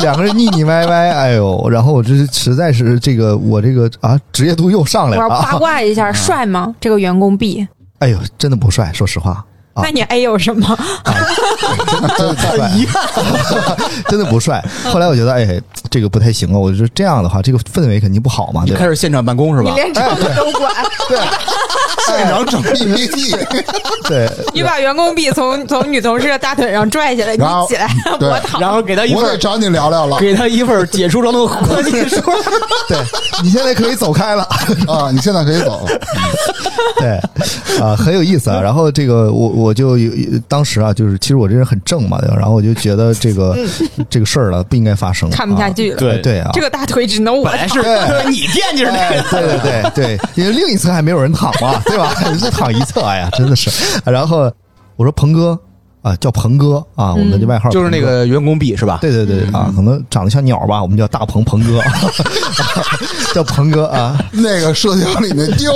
两个人腻腻歪歪，哎呦，然后我这实在是这个我这个啊职业度又上
我
哎
来
要
了
八
嗯
啊，
卦一下，帅吗？这个员工 B
哎呦，真的不帅，说实话啊
那你 A 有什么？
真的不帅，真的不帅。后来我觉得，哎，这个不太行啊！我觉得这样的话，这个氛围肯定不好嘛，
你
对吧
开？始现场办公是
你
吧？
连这个都管？
现场整一迷你，
对，
你把员工币从从女同事的大腿上拽下来，你
然后
起 来让
对
我躺。
然后给他一
我得
份，
找你聊聊了
给他一份 解除劳动关系书。
对你现在可以走开了。
啊！你现在可以走，
对，啊，很有意思啊。然后这个我我就有当时啊，就是其实我这人很正嘛，对吧然后我就觉得 这个这个事儿呢啊不应该发生，
看不下
啊
去了
对对啊，
这个大腿只能 我
本来是你惦记着那
哎
个，
对对对对，因为另一侧还没有人躺 嘛，对吧？你就躺一侧，哎呀，真的是。然后我说鹏哥啊，叫鹏哥啊，我们的外号
嗯就是那
鹏哥。
个嗯员工币是吧？
对对对啊，可能长得像鸟吧，我们叫大鹏鹏 哥，叫鹏哥啊，
那个社交里面丢，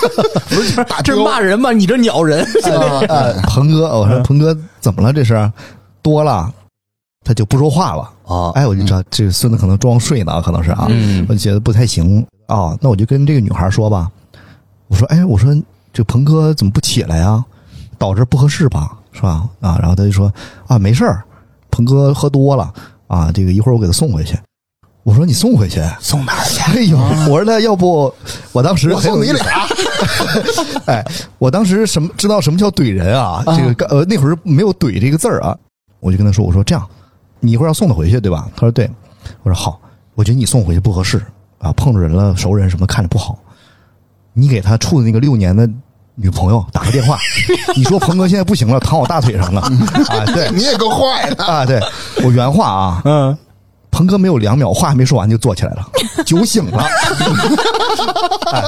不是打
这
丢
骂人吗？你这鸟 人，
啊
呃，鹏哥，我说鹏哥怎么了？这是多了，他就不说话了。
哦
哎，我就知道这个孙子可能装睡呢，可能是啊，
嗯
我就觉得不太行啊、那我就跟这个女孩说吧，我说，哎，我说这鹏哥怎么不起来啊？倒这儿不合适吧，是吧？啊，然后他就说啊，没事儿，鹏哥喝多了啊，这个一会儿我给他送回去。我说你送回去，
送哪儿去？
哎呦，我说那要不我当时
啊我
很
送
有
你
意思
俩，
哎，我当时什么知道什么叫怼人啊？这个刚呃那会儿没有怼这个字儿啊，我就跟他说，我说这样，你一会儿要送他回去对吧？他说对，我说好，我觉得你送回去不合适啊，碰着人了，熟人什么看着不好，你给他处的那个六年的。女朋友打个电话， 你说鹏哥现在不行了，躺我大腿上了啊！对
你也够坏的。
啊，对我原话啊，
嗯，
鹏哥没有两秒，话还没说完就坐起来了，酒醒了。哎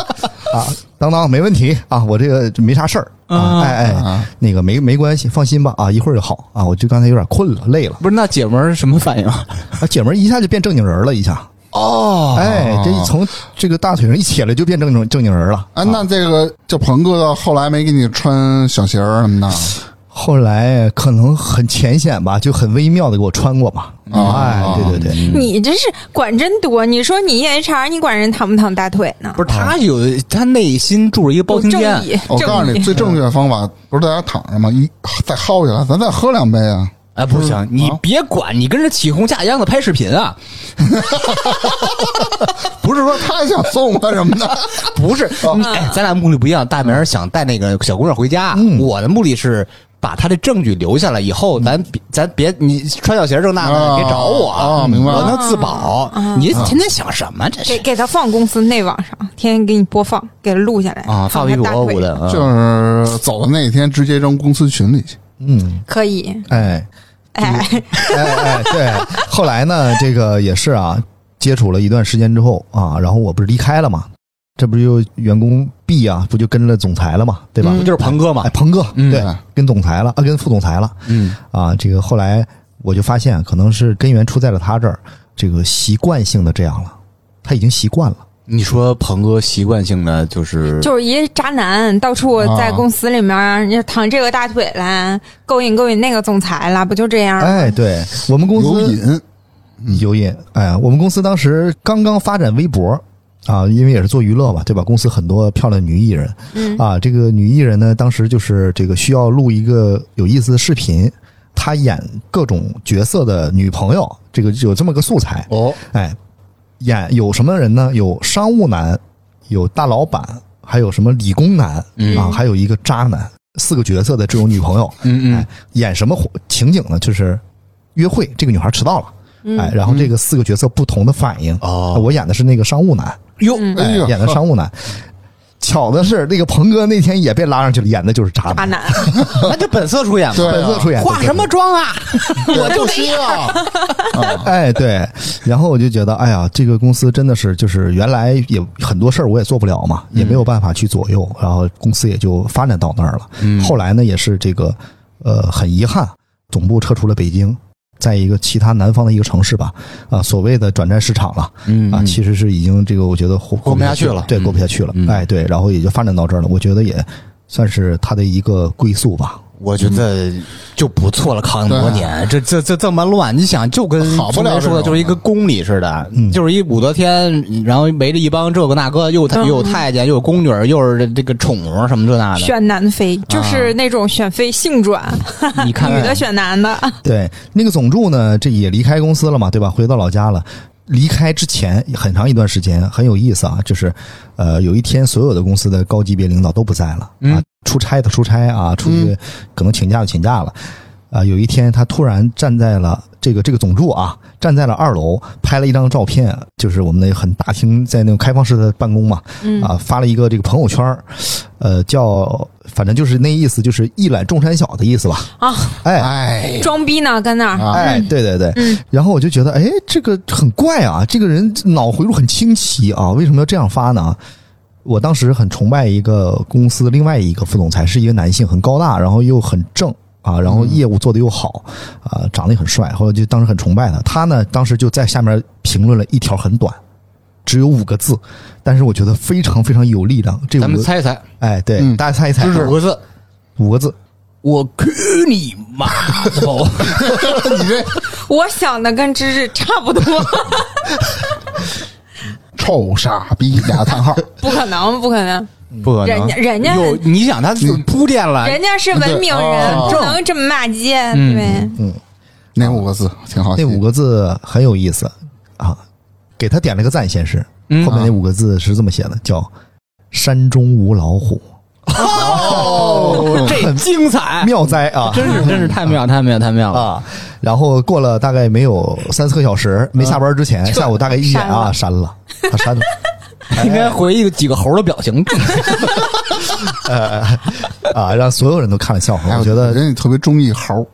啊，当当没问题啊，我这个没啥事儿啊，
啊
哎哎，那个没没关系，放心吧啊，一会儿就好啊。我就刚才有点困了，累了，
不是那姐们儿什么反应？
啊，姐们儿一下就变正经人了，一下，
哦，
哎，这一从这个大腿上一起来就变正经正经人了。
啊，那这个就鹏哥到后来没给你穿小鞋儿什 么的
后来可能很浅显吧，就很微妙的给我穿过吧。
啊
哎，对对对，
你真是管真多！你说你一 HR，你管人躺不躺大腿 呢？
不是他有他内心住着一个包青
正
天，
义，
我告诉
正
你，
义。
最正确的方 法不是大家躺着吗？一再薅起来，咱再喝两杯啊！
哎，不行，你别管，你跟人起哄架秧子拍视频啊，
不是说他想送我什么 的，
啊不是，你哎，咱俩目的不一样。大明儿想带那个小姑娘回家，我的目的是把他的证据留下来，以后咱别咱别你穿小鞋这那的，
啊
别找我
啊明白
我
了
能自保。你天天想什么？这
给
是
给他放公司内网上，天天给你播放，给他录下来
啊，发
放他
微
大
博
腿
我的
上
啊
就是走的那天直接扔公司群里去。
嗯，
可以，
哎。
哎，
嗯
哎哎，对。后来呢，这个也是啊，接触了一段时间之后啊，然后我不是离开了嘛，这不就员工 B 啊，不就跟了总裁了嘛，对吧？
不就是鹏哥嘛
哎，？鹏哥，
嗯
对，跟总裁了啊，跟副总裁了
嗯，
啊。这个后来我就发现，可能是根源出在了他这儿，这个习惯性的这样了，他已经习惯了。
你说鹏哥习惯性的就是
就是一渣男，到处
啊
在公司里面，人家躺这个大腿啦，勾引勾引那个总裁啦，不就这样吗？
哎，对我们公司
有瘾，
有瘾。哎，我们公司当时刚刚发展微博啊，因为也是做娱乐嘛，对吧？公司很多漂亮女艺人，
嗯
啊，这个女艺人呢，当时就是这个需要录一个有意思的视频，她演各种角色的女朋友，这个有这么个素材。
哦，
哎，演有什么人呢？有商务男，有大老板，还有什么理工男、
嗯
啊，还有一个渣男，四个角色的这种女朋友。
嗯嗯
哎，演什么活情景呢？就是约会，这个女孩迟到了，哎，然后这个四个角色不同的反应。
嗯
呃
哦
我演的是那个商务男，
哟
嗯
哎
哎
呦，
演的 商务男。巧的是，那个鹏哥那天也被拉上去了，演的就是渣
渣
哎
男，
男，
那就本色出演嘛
对，啊
本色出演。
化哎什么妆 啊？
我就是要。啊
哎，对，然后我就觉得，哎呀，这个公司真的是，就是原来也很多事儿我也做不了嘛，也没
嗯
有办法去左右，然后公司也就发展到那儿了。
嗯
后来呢，也是这个，呃，很遗憾，总部撤出了北京，在一个其他南方的一个城市吧，啊，所谓的转战市场了，
嗯
啊，其实是已经这个，我觉得活
活不下去了
对，
嗯
过不下去了，
嗯
哎，对，然后也就发展到这儿了，我觉得也算是他的一个归宿吧，
我觉得
嗯
就不错了。抗那么多年，这这这这么乱，你想就跟
好不
从
了
前
这
说的，
种嗯
就是一个宫里似的，就是一武则天，然后围着一帮这个那个，又
嗯
又有太监，又有宫女儿，又是这这个宠儿什么这那的。
选男妃，就是那种选妃性转，
你啊看
女
看
的，选男的，啊
对，那个总助呢，这也离开公司了嘛，对吧？回到老家了。离开之前很长一段时间很有意思啊，就是，呃，有一天所有的公司的高级别领导都不在了、啊，出差的出差啊，出去可能请假的请假了，啊、有一天他突然站在了这个这个总助啊，站在了二楼拍了一张照片，就是我们那很大厅在那种开放式的办公嘛，
嗯
啊，发了一个这个朋友圈儿，呃，叫反正就是那意思，就是一览众山小的意思吧，
啊，
哎，
哎
装逼呢，跟那儿。
啊，
哎，对对对，
嗯
然后我就觉得，哎，这个很怪啊，这个人脑回路很清奇啊，为什么要这样发呢？我当时很崇拜一个公司另外一个副总裁，是一个男性，很高大，然后又很正啊，然后业务做得又好啊，长得也很帅，后来就当时很崇拜他。他呢，当时就在下面评论了一条很短，只有五个字，但是我觉得非常非常有力量。这
咱
五
们
个，
猜一猜，
哎，对，
嗯
大家猜一猜，
五个字，
五个字，
我去你妈！ 走，
你 这
我想的跟芝芝差不多，
臭傻逼俩叹 号，
不可能，不可能，
不可
人
能
家。人家
有你想他就铺垫了，
人家是文明人，
哦
不能这么骂街。
嗯
对，
哪五个字？挺好奇。
那五
个
个字很有意思啊，给他点了个赞，先是后面那五个字是这么写的，叫“山中无老虎
哦，这精”，彩，
妙哉啊！
真是真是太妙，太妙，太妙了！
啊，然后过了大概没有三四个小时，没下班之前，下午大概一点啊，删了，他删了，
应该回一个几个猴的表情。
啊，让所有人都看了笑话。哎我觉得
人家特别中意猴，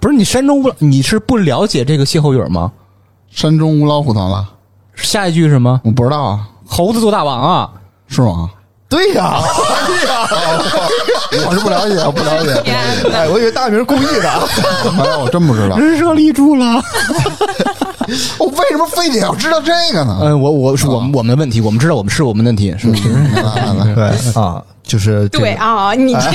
不是你山中不，你是不了解这个歇后语吗？
山中无老虎怎么了？
下一句是什么？
我不知道啊，
猴子做大王啊！
是 吗？
对呀，
我是不了解，我不了解，
天哪，
哎，我以为大明故意 的，
哎呀，我真不知道。
人设立住了。
我为什么非得要知道这个
呃
呢？
嗯，我我是我们我们的问题，我们知道我们是我们的问题，是不是？
来来 来，
对啊，就是这个
对啊，你这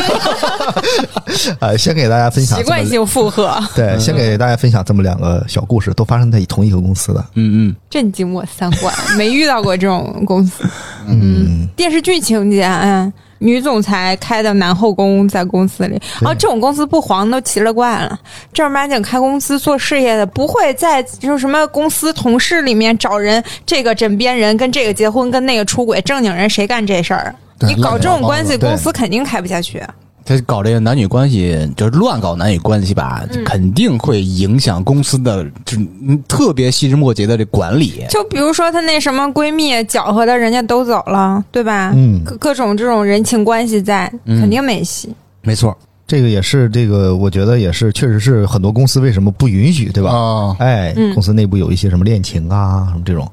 呃，先给大家分享
习
这么
惯性附和，
对，先给大家分享这么两个小故事，都发生在同一个公司的。
嗯嗯，
震惊我三观， 没遇到过这种公司。嗯，电视剧情节，嗯，女总裁开的男后宫在公司里，哦，这种公司不黄都奇了怪了。正儿八经开公司做事业的，不会在就是什么公司同事里面找人，这个枕边人跟这个结婚，跟那个出轨，正经人谁干这事儿啊？
对
你搞这种关系，
对
公司肯定开不下去。
他搞这个男女关系，就是乱搞男女关系吧，肯定会影响公司的，就是嗯特别细枝末节的这管理。
就比如说她那什么闺蜜搅和的，人家都走了，对吧？
嗯
各各种这种人情关系在，肯定没戏。
没错，
这个也是这个，我觉得也是，确实是很多公司为什么不允许，对吧？
啊，
哎
嗯，
公司内部有一些什么恋情啊，什么这种，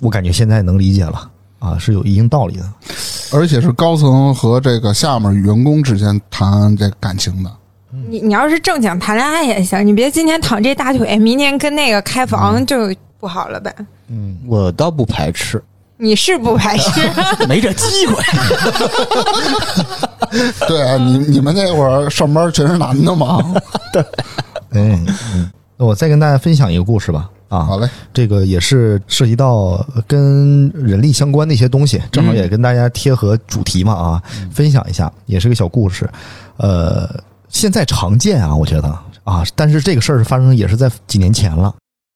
我感觉现在能理解了啊，是有一定道理的。
而且是高层和这个下面员工之间谈这感情的，
你你要是正经谈恋爱也行，你别今天躺这大腿，明天跟那个开房就不好了呗。
我倒不排斥，
你是不排 斥？
没这机会。
对啊，你你们那会儿上班全是男的 吗？
嗯，嗯那我再跟大家分享一个故事吧。
好
啊，
嘞，
这个也是涉及到跟人力相关的一些东西，正好也跟大家贴合主题嘛啊，分享一下，也是个小故事。呃，现在常见啊，我觉得啊，但是这个事儿发生也是在几年前了。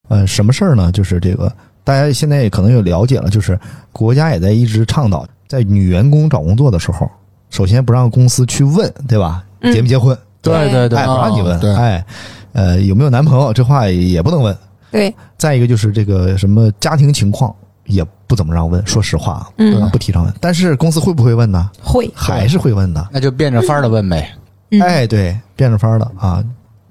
呃，什么事儿呢？就是这个，大家现在也可能有了解了，就是国家也在一直倡导，在女员工找工作的时候，首先不让公司去问，对吧？
嗯
结没结婚？
对对
对
哎，不让你
哦
问
对，
哎，呃，有没有男朋友这话也不能问。
对，
再一个就是这个什么家庭情况也不怎么让问，说实话啊，
嗯，
对
不提倡问。但是公司会不会问
嗯
呢？
会，
还是会问的。
那就变着法儿的问呗。
嗯
哎，对，变着法儿的啊。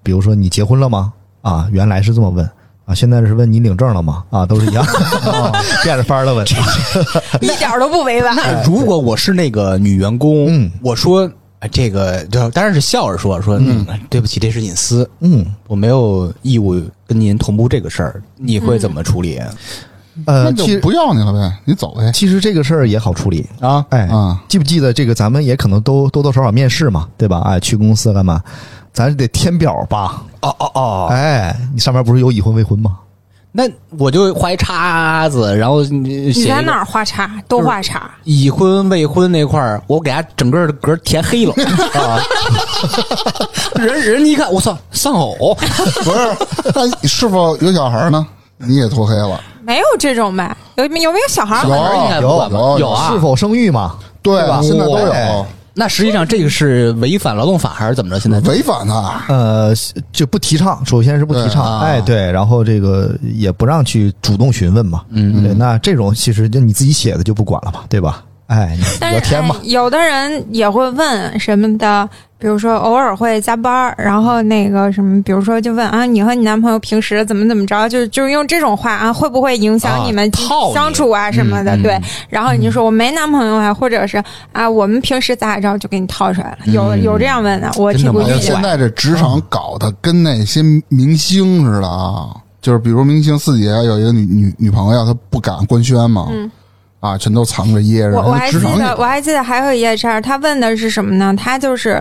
比如说你结婚了吗？啊，原来是这么问啊，现在是问你领证了吗？啊，都是 一样，变着法儿的问。
一点儿都不委婉。
那如果我是那个女员工，
嗯
我说哎这个就当然是笑着说说，嗯，对不起，这是隐私，
嗯，
我没有义务跟您同步这个事儿，你会怎么处理、
嗯
呃
那，
其
就
实
不要你了呗，你走呗。
其实这个事儿也好处理。
啊？
哎，
啊，
记不记得这个？咱们也可能都多多少少面试嘛，对吧？哎，去公司干嘛？咱得填表吧？
哦哦哦，
哎，你上面不是有已婚未婚吗？
那我就画一叉子，然后你
你
写
在
一个
哪儿画叉？都画叉。
已婚未婚那块儿，我给他整个的格儿填黑了。 啊、人人一看，我操，丧偶，
不是，那你是否有小孩呢？你也脱黑了，
没有这种吧？有有没有小孩儿？
有
应该不管吧
有
有啊
是。否生育嘛？
对
对吧，
现在都
哎
有，
那实际上这个是违反劳动法还是怎么着？现在
违反的。
呃，就不提倡，首先是不提倡，
嗯对啊
哎，对，然后这个也不让去主动询问嘛，嗯，对，那这种其实就你自己写的就不管了吧，对吧？哎，你
但
聊
是、
天
哎
嘛，、
有的人也会问什么的，比如说偶尔会加班儿，然后那个什么，比如说就问啊，你和你男朋友平时怎么怎么着，就就是用这种话啊，会不会影响
啊
你们
套你
相处啊什么的？
嗯嗯
对，然后你就说我没男朋友啊，或者是啊，我们平时咋咋着，就给你套出来了。有有这样问的，
嗯
我
真的
挺不
吗
理解
现。在这职
嗯
场搞得跟那些明星似的啊，就是比如明星四姐有一个女女女朋友，她不敢官宣嘛，啊，全都藏着掖着。
嗯我我还
职
记
场
得，
里
我还记得还有一页这儿，他问的是什么呢？他就是，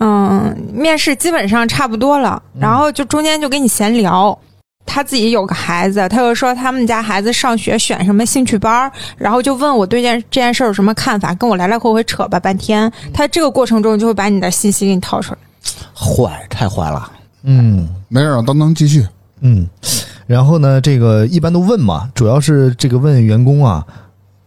嗯，面试基本上差不多了，然后就中间就跟你闲聊。他自己有个孩子，他就说他们家孩子上学选什么兴趣班儿，然后就问我对这件这件事儿有什么看法，跟我来来回回扯吧半天。
嗯
他这个过程中就会把你的信息给你掏出来。
坏，太坏了。
嗯
没事儿，当当继续。
嗯，然后呢，这个一般都问嘛，主要是这个问员工啊。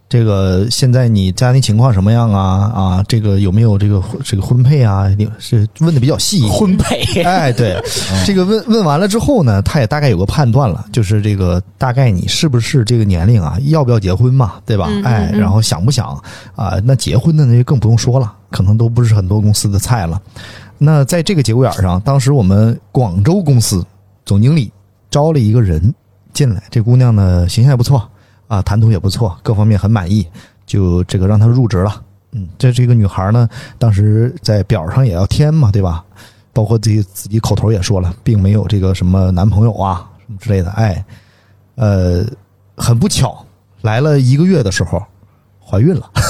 这个现在你家庭情况什么样啊？啊，这个有没有这个婚这个婚配啊？你是问的比较细一些
婚配，
哎，
嗯
对，这个问问完了之后呢，他也大概有个判断了，就是这个大概你是不是这个年龄啊，要不要结婚嘛，对吧
嗯？嗯
哎，
嗯
然后想不想啊、那结婚的那就更不用说了，可能都不是很多公司的菜了。那在这个节骨眼上，当时我们广州公司总经理招了一个人进来，这姑娘呢形象也不错啊，谈吐也不错，各方面很满意，就这个让她入职了。嗯，这这个女孩呢，当时在表上也要填嘛，对吧？包括自己自己口头也说了，并没有这个什么男朋友啊什么之类的。哎，呃，很不巧，来了一个月的时候怀孕了。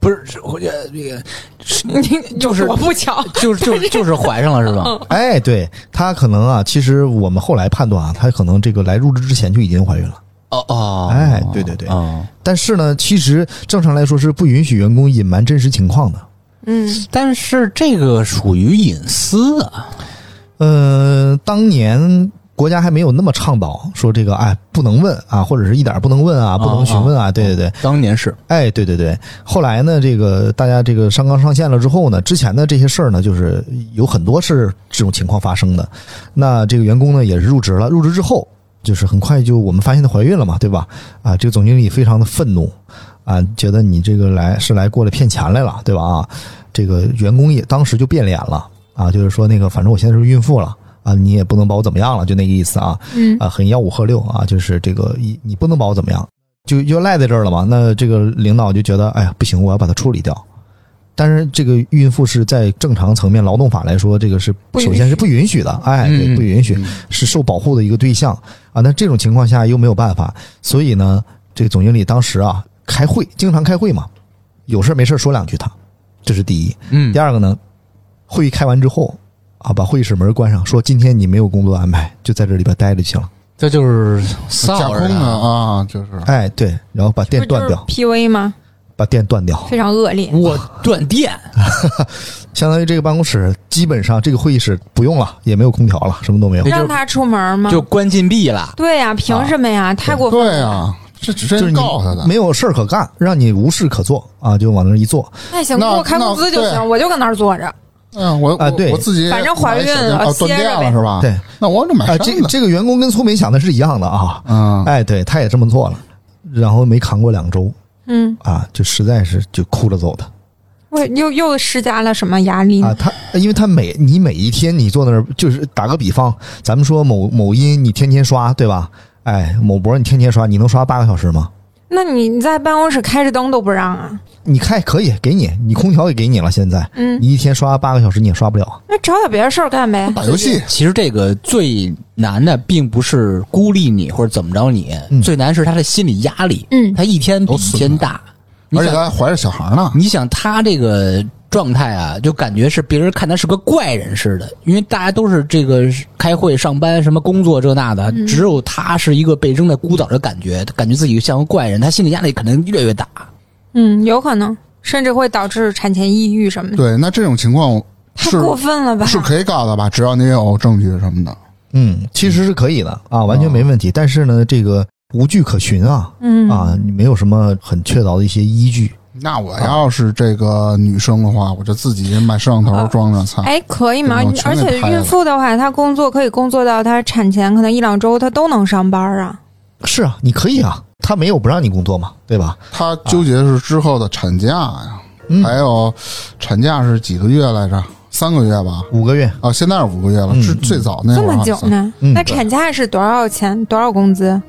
不是，是我觉得这个
就是我不巧，
就是就是就是怀上了是吧？
哎，对她可能啊，其实我们后来判断啊，她可能这个来入职之前就已经怀孕了。
哦哦，
哎，对对对。
哦，
但是呢，其实正常来说是不允许员工隐瞒真实情况的。
嗯，
但是这个属于隐私啊。
呃，当年国家还没有那么倡导说这个，哎，不能问啊，或者是一点儿不能问啊，不能询问啊，对对对。
当年是
哎，对对对，后来呢，这个大家这个上纲上线了之后呢，之前的这些事儿呢，就是有很多是这种情况发生的。那这个员工呢也是入职了，入职之后就是很快就我们发现她怀孕了嘛，对吧？啊，这个总经理非常的愤怒啊，觉得你这个来是来过来骗钱来了，对吧？啊，这个员工也当时就变脸了啊，就是说那个反正我现在是孕妇了。啊，你也不能把我怎么样了，就那个意思啊，
嗯
啊，很吆五喝六啊，就是这个一你不能把我怎么样，就就赖在这儿了嘛。那这个领导就觉得，哎呀，不行，我要把它处理掉。但是这个孕妇是在正常层面劳动法来说，这个是
不允许
首先是不允许的，哎，
嗯
对，不允许，是受保护的一个对象啊。那这种情况下又没有办法，所以呢，这个总经理当时啊开会，经常开会嘛，有事儿没事儿说两句他，这是第一。
嗯
第二个呢，会议开完之后啊，把会议室门关上，说今天你没有工作安排，就在这里边待着去了。
这就是
架
骚
空
人
的
啊！
啊，就是
哎，对，然后把电
不就
断
是
掉，
PUA 吗？
把电断掉。
非常恶劣。
嗯
我断电，
相当于这个办公室基本上这个会议室不用了，也没有空调了，什么都没有
那，就
让他出门吗？
就关禁闭了。
对呀、凭什么呀？太过分
啊
了。
对啊，这只
就是是你
告他的。
没有事儿可干，让你无事可做啊，就往那儿一坐。
那行，给
那
我开工资就
那
行，
对
我就搁那儿坐着。
嗯，我
啊对
我我自己
反正怀孕了
啊，
歇
断
着
电了
呗
是吧？
对，
那我怎么
啊，
买
这
身子？
这个员工跟聪明想的是一样的啊，
嗯，
哎，对，他也这么做了，然后没扛过两周
嗯，
啊，就实在是就哭着走的
我又又施加了什么压力呢？
啊。他因为他每你每一天你坐那儿，就是打个比方，咱们说某某音你天天刷对吧？哎，某博你天天刷，你能刷八个小时吗？
那你你在办公室开着灯都不让啊？
你开可以给你，你空调也给你了，现在
嗯，
你一天刷八个小时你也刷不了。
那找点别的事儿干呗。
打游戏
其实这个最难的并不是孤立你或者怎么着你，
嗯
最难是他的心理压力。
嗯
他一天比一天大。你
而且
想，
他还怀着小孩呢。
你想他这个状态啊，就感觉是别人看他是个怪人似的，因为大家都是这个开会、上班、什么工作这那的，只有他是一个被扔在孤岛的感觉，他感觉自己像个怪人，他心理压力可能越来越大。
嗯，有可能，甚至会导致产前抑郁什么的，
对，那这种情况
太
是
过分了吧？
是可以告的吧？只要你有证据什么的，
嗯，其实是可以的啊，完全没问题。但是呢，这个无据可循啊，
哦嗯
啊，你没有什么很确凿的一些依据。
那我要是这个女生的话，我就自己买摄像头装上，操、
哎，可以吗
对我？全
而
给
且
拍了
孕妇的话，她工作可以工作到她产前可能一两周，她都能上班啊。
是啊，你可以啊，他没有不让你工作嘛，对吧？
她纠结的是之后的产假呀，
嗯
还有产假是几个月来着？三个月吧？
五个月，
啊，现在是五个月了，
嗯
是最早那
这
会儿
么
好像
久呢？
嗯
那产假是多少钱？多少工资？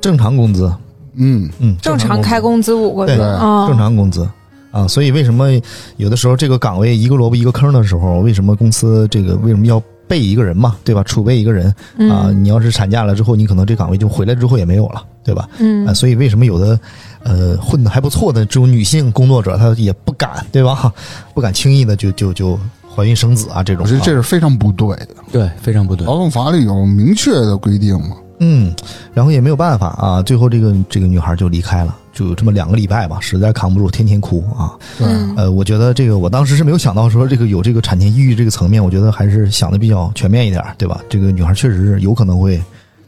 正常工资，
嗯，
嗯，
正常
工资
开工资五个月
对
啊
正。常工资啊。所以为什么有的时候这个岗位一个萝卜一个坑的时候，为什么公司这个为什么要备一个人嘛，对吧？储备一个人啊，
嗯
你要是产假了之后，你可能这岗位就回来之后也没有了，对吧？啊，
嗯，
所以为什么有的呃混的还不错的这种女性工作者，她也不敢，对吧？不敢轻易的就就就怀孕生子啊这种
我觉得
啊。
这是非常不对的。
对，非常不对
劳动法里有明确的规定嘛？
嗯，然后也没有办法啊，最后这个这个女孩就离开了，就有这么两个礼拜吧，实在扛不住，天天哭啊。
对，
嗯
呃，我觉得这个我当时是没有想到说这个有这个产前抑郁这个层面，我觉得还是想的比较全面一点儿，对吧？这个女孩确实是有可能会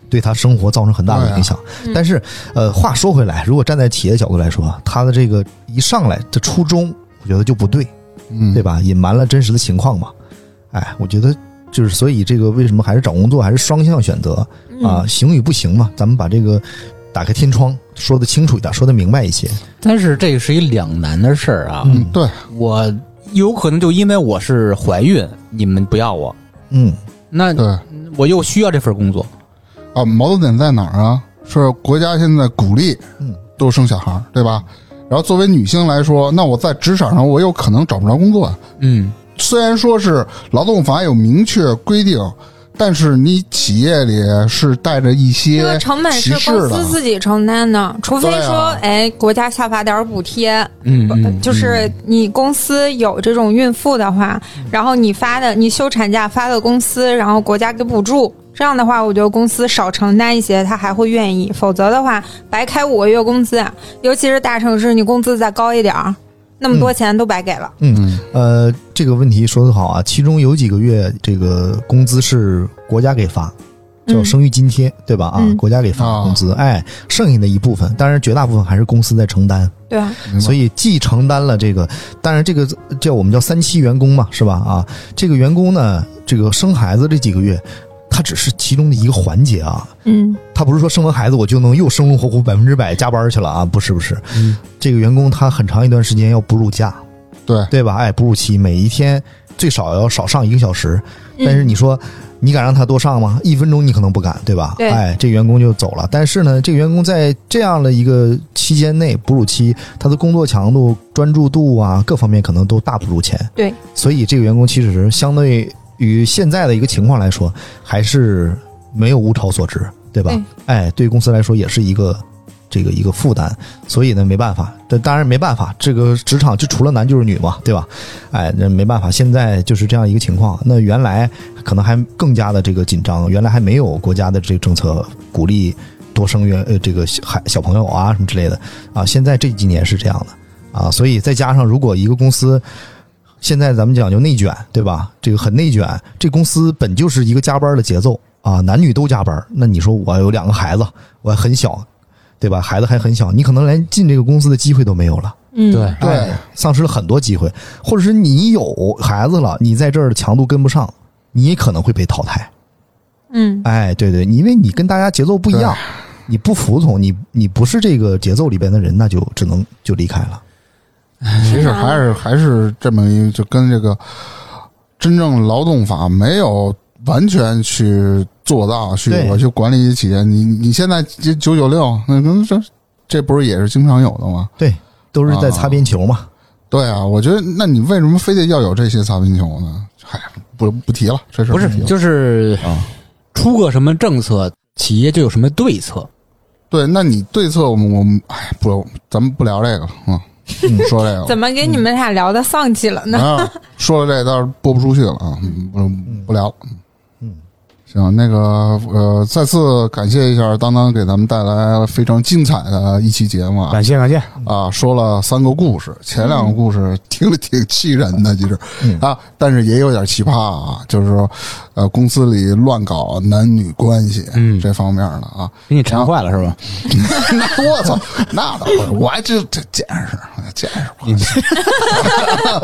对她生活造成很大的影响。
嗯
但是，呃，话说回来，如果站在企业角度来说，她的这个一上来的初衷，我觉得就不对，
嗯，
对？吧？隐瞒了真实的情况嘛。哎，我觉得就是所以这个为什么还是找工作还是双向选择
嗯
啊？行与不行嘛，咱们把这个打开天窗，说的清楚一点，说的明白一些。
但是这个是一两难的事儿啊，
嗯，对，
我有可能就因为我是怀孕，你们不要我，
嗯，
那
对
我又需要这份工作，
啊，矛盾点在哪儿啊？是国家现在鼓励，
嗯，
多生小孩儿，对吧？然后作为女性来说，那我在职场上我有可能找不着工作啊，
嗯，
虽然说是劳动法有明确规定，但是你企业里是带着一
这
些
个成本是
歧视
公司
的，
自己承担的，除非
对
说
啊，
哎，国家下发点儿补贴，
嗯
不
嗯，
呃
嗯
就是你公司有这种孕妇的话，然后你发的你休产假发的公司，然后国家给补助，这样的话，我觉得公司少承担一些，他还会愿意；否则的话，白开五个月工资，尤其是大城市，你工资再高一点儿，那么多钱都白给了。
嗯，
呃，这个问题说得好啊，其中有几个月这个工资是国家给发，叫
嗯
生育津贴，对吧？啊，
嗯
国家给发工资，哎，剩下的一部分，当然绝大部分还是公司在承担，
对啊，
明白
所以既承担了这个，当然这个叫我们叫三期员工嘛，是吧？啊，这个员工呢，这个生孩子这几个月，它只是其中的一个环节啊，
嗯
他不是说生完孩子我就能又生龙活虎百分之百加班去了啊，不是不是，
嗯
这个员工他很长一段时间要哺乳假，
对
对吧？哎，哺乳期每一天最少要少上一个小时，
嗯
但是你说你敢让他多上吗？一分钟你可能不敢，对吧？
对
哎，这员工就走了。但是呢，这个员工在这样的一个期间内，哺乳期他的工作强度、专注度啊，各方面可能都大不如前。
对，
所以这个员工其实相对于现在的一个情况来说，还是没有物超所值，对吧？
对
哎，对于公司来说也是一个。这个一个负担，所以呢没办法，这当然没办法，这个职场就除了男就是女嘛，对吧？哎，那没办法，现在就是这样一个情况。那原来可能还更加的这个紧张，原来还没有国家的这个政策鼓励多生育呃这个小孩小朋友啊什么之类的啊，现在这几年是这样的啊，所以再加上如果一个公司现在咱们讲究内卷，对吧？这个很内卷，这公司本就是一个加班的节奏啊，男女都加班。那你说我有两个孩子，我还很小，对吧？孩子还很小，你可能连进这个公司的机会都没有了，
嗯，
对，
对
哎丧失了很多机会，或者是你有孩子了，你在这儿的强度跟不上，你也可能会被淘汰。
嗯
哎，对对，因为你跟大家节奏不一样，你不服从，你你不是这个节奏里边的人，那就只能就离开了。
其实还是还是这么一个，就跟这个真正劳动法没有完全去做到，去
对
我去管理企业，你你现在九九六，那那这这不是也是经常有的吗？
对，都是在擦边球嘛。
对啊，我觉得那你为什么非得要有这些擦边球呢？嗨，不不提了，这事儿
不是
提了嗯
就是出个什么政策，企业就有什么对策。
对，那你对策我们我们哎，不，咱们不聊这个了，嗯，说这个
怎么给你们俩聊的丧气了呢？
啊，说了这倒是播不出去了啊，嗯不不聊了。嗯，行，那个呃，再次感谢一下当当给咱们带来了非常精彩的一期节目啊
感谢感谢，
啊，说了三个故事，前两个故事听着挺气人的，其实、啊，但是也有点奇葩啊，就是说呃，公司里乱搞男女关系、
嗯
这方面的啊，
给你馋坏了是吧？
那我操，那倒不是，我还这这见识见识过。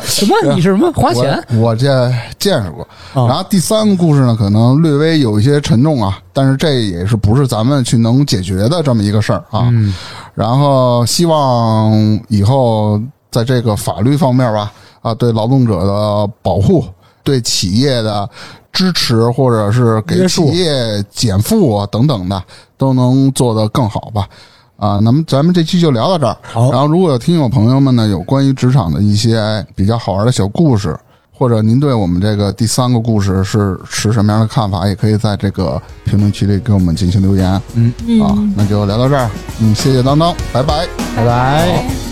什么？你是什么花钱？哦
我我这见识过。然后第三个故事呢，可能略微有一些沉重啊，但是这也是不是咱们去能解决的这么一个事儿啊。
嗯
然后希望以后在这个法律方面吧，啊，对劳动者的保护，对企业的支持，或者是给
约
企
束
业减负啊等等的，都能做得更好吧。啊，那么咱们这期就聊到这儿。
好
然后，如果有听友朋友们呢，有关于职场的一些比较好玩的小故事，或者您对我们这个第三个故事是持什么样的看法，也可以在这个评论区里给我们进行留言。嗯，啊，那就聊到这儿。嗯，谢谢当当，拜拜。
拜拜。
拜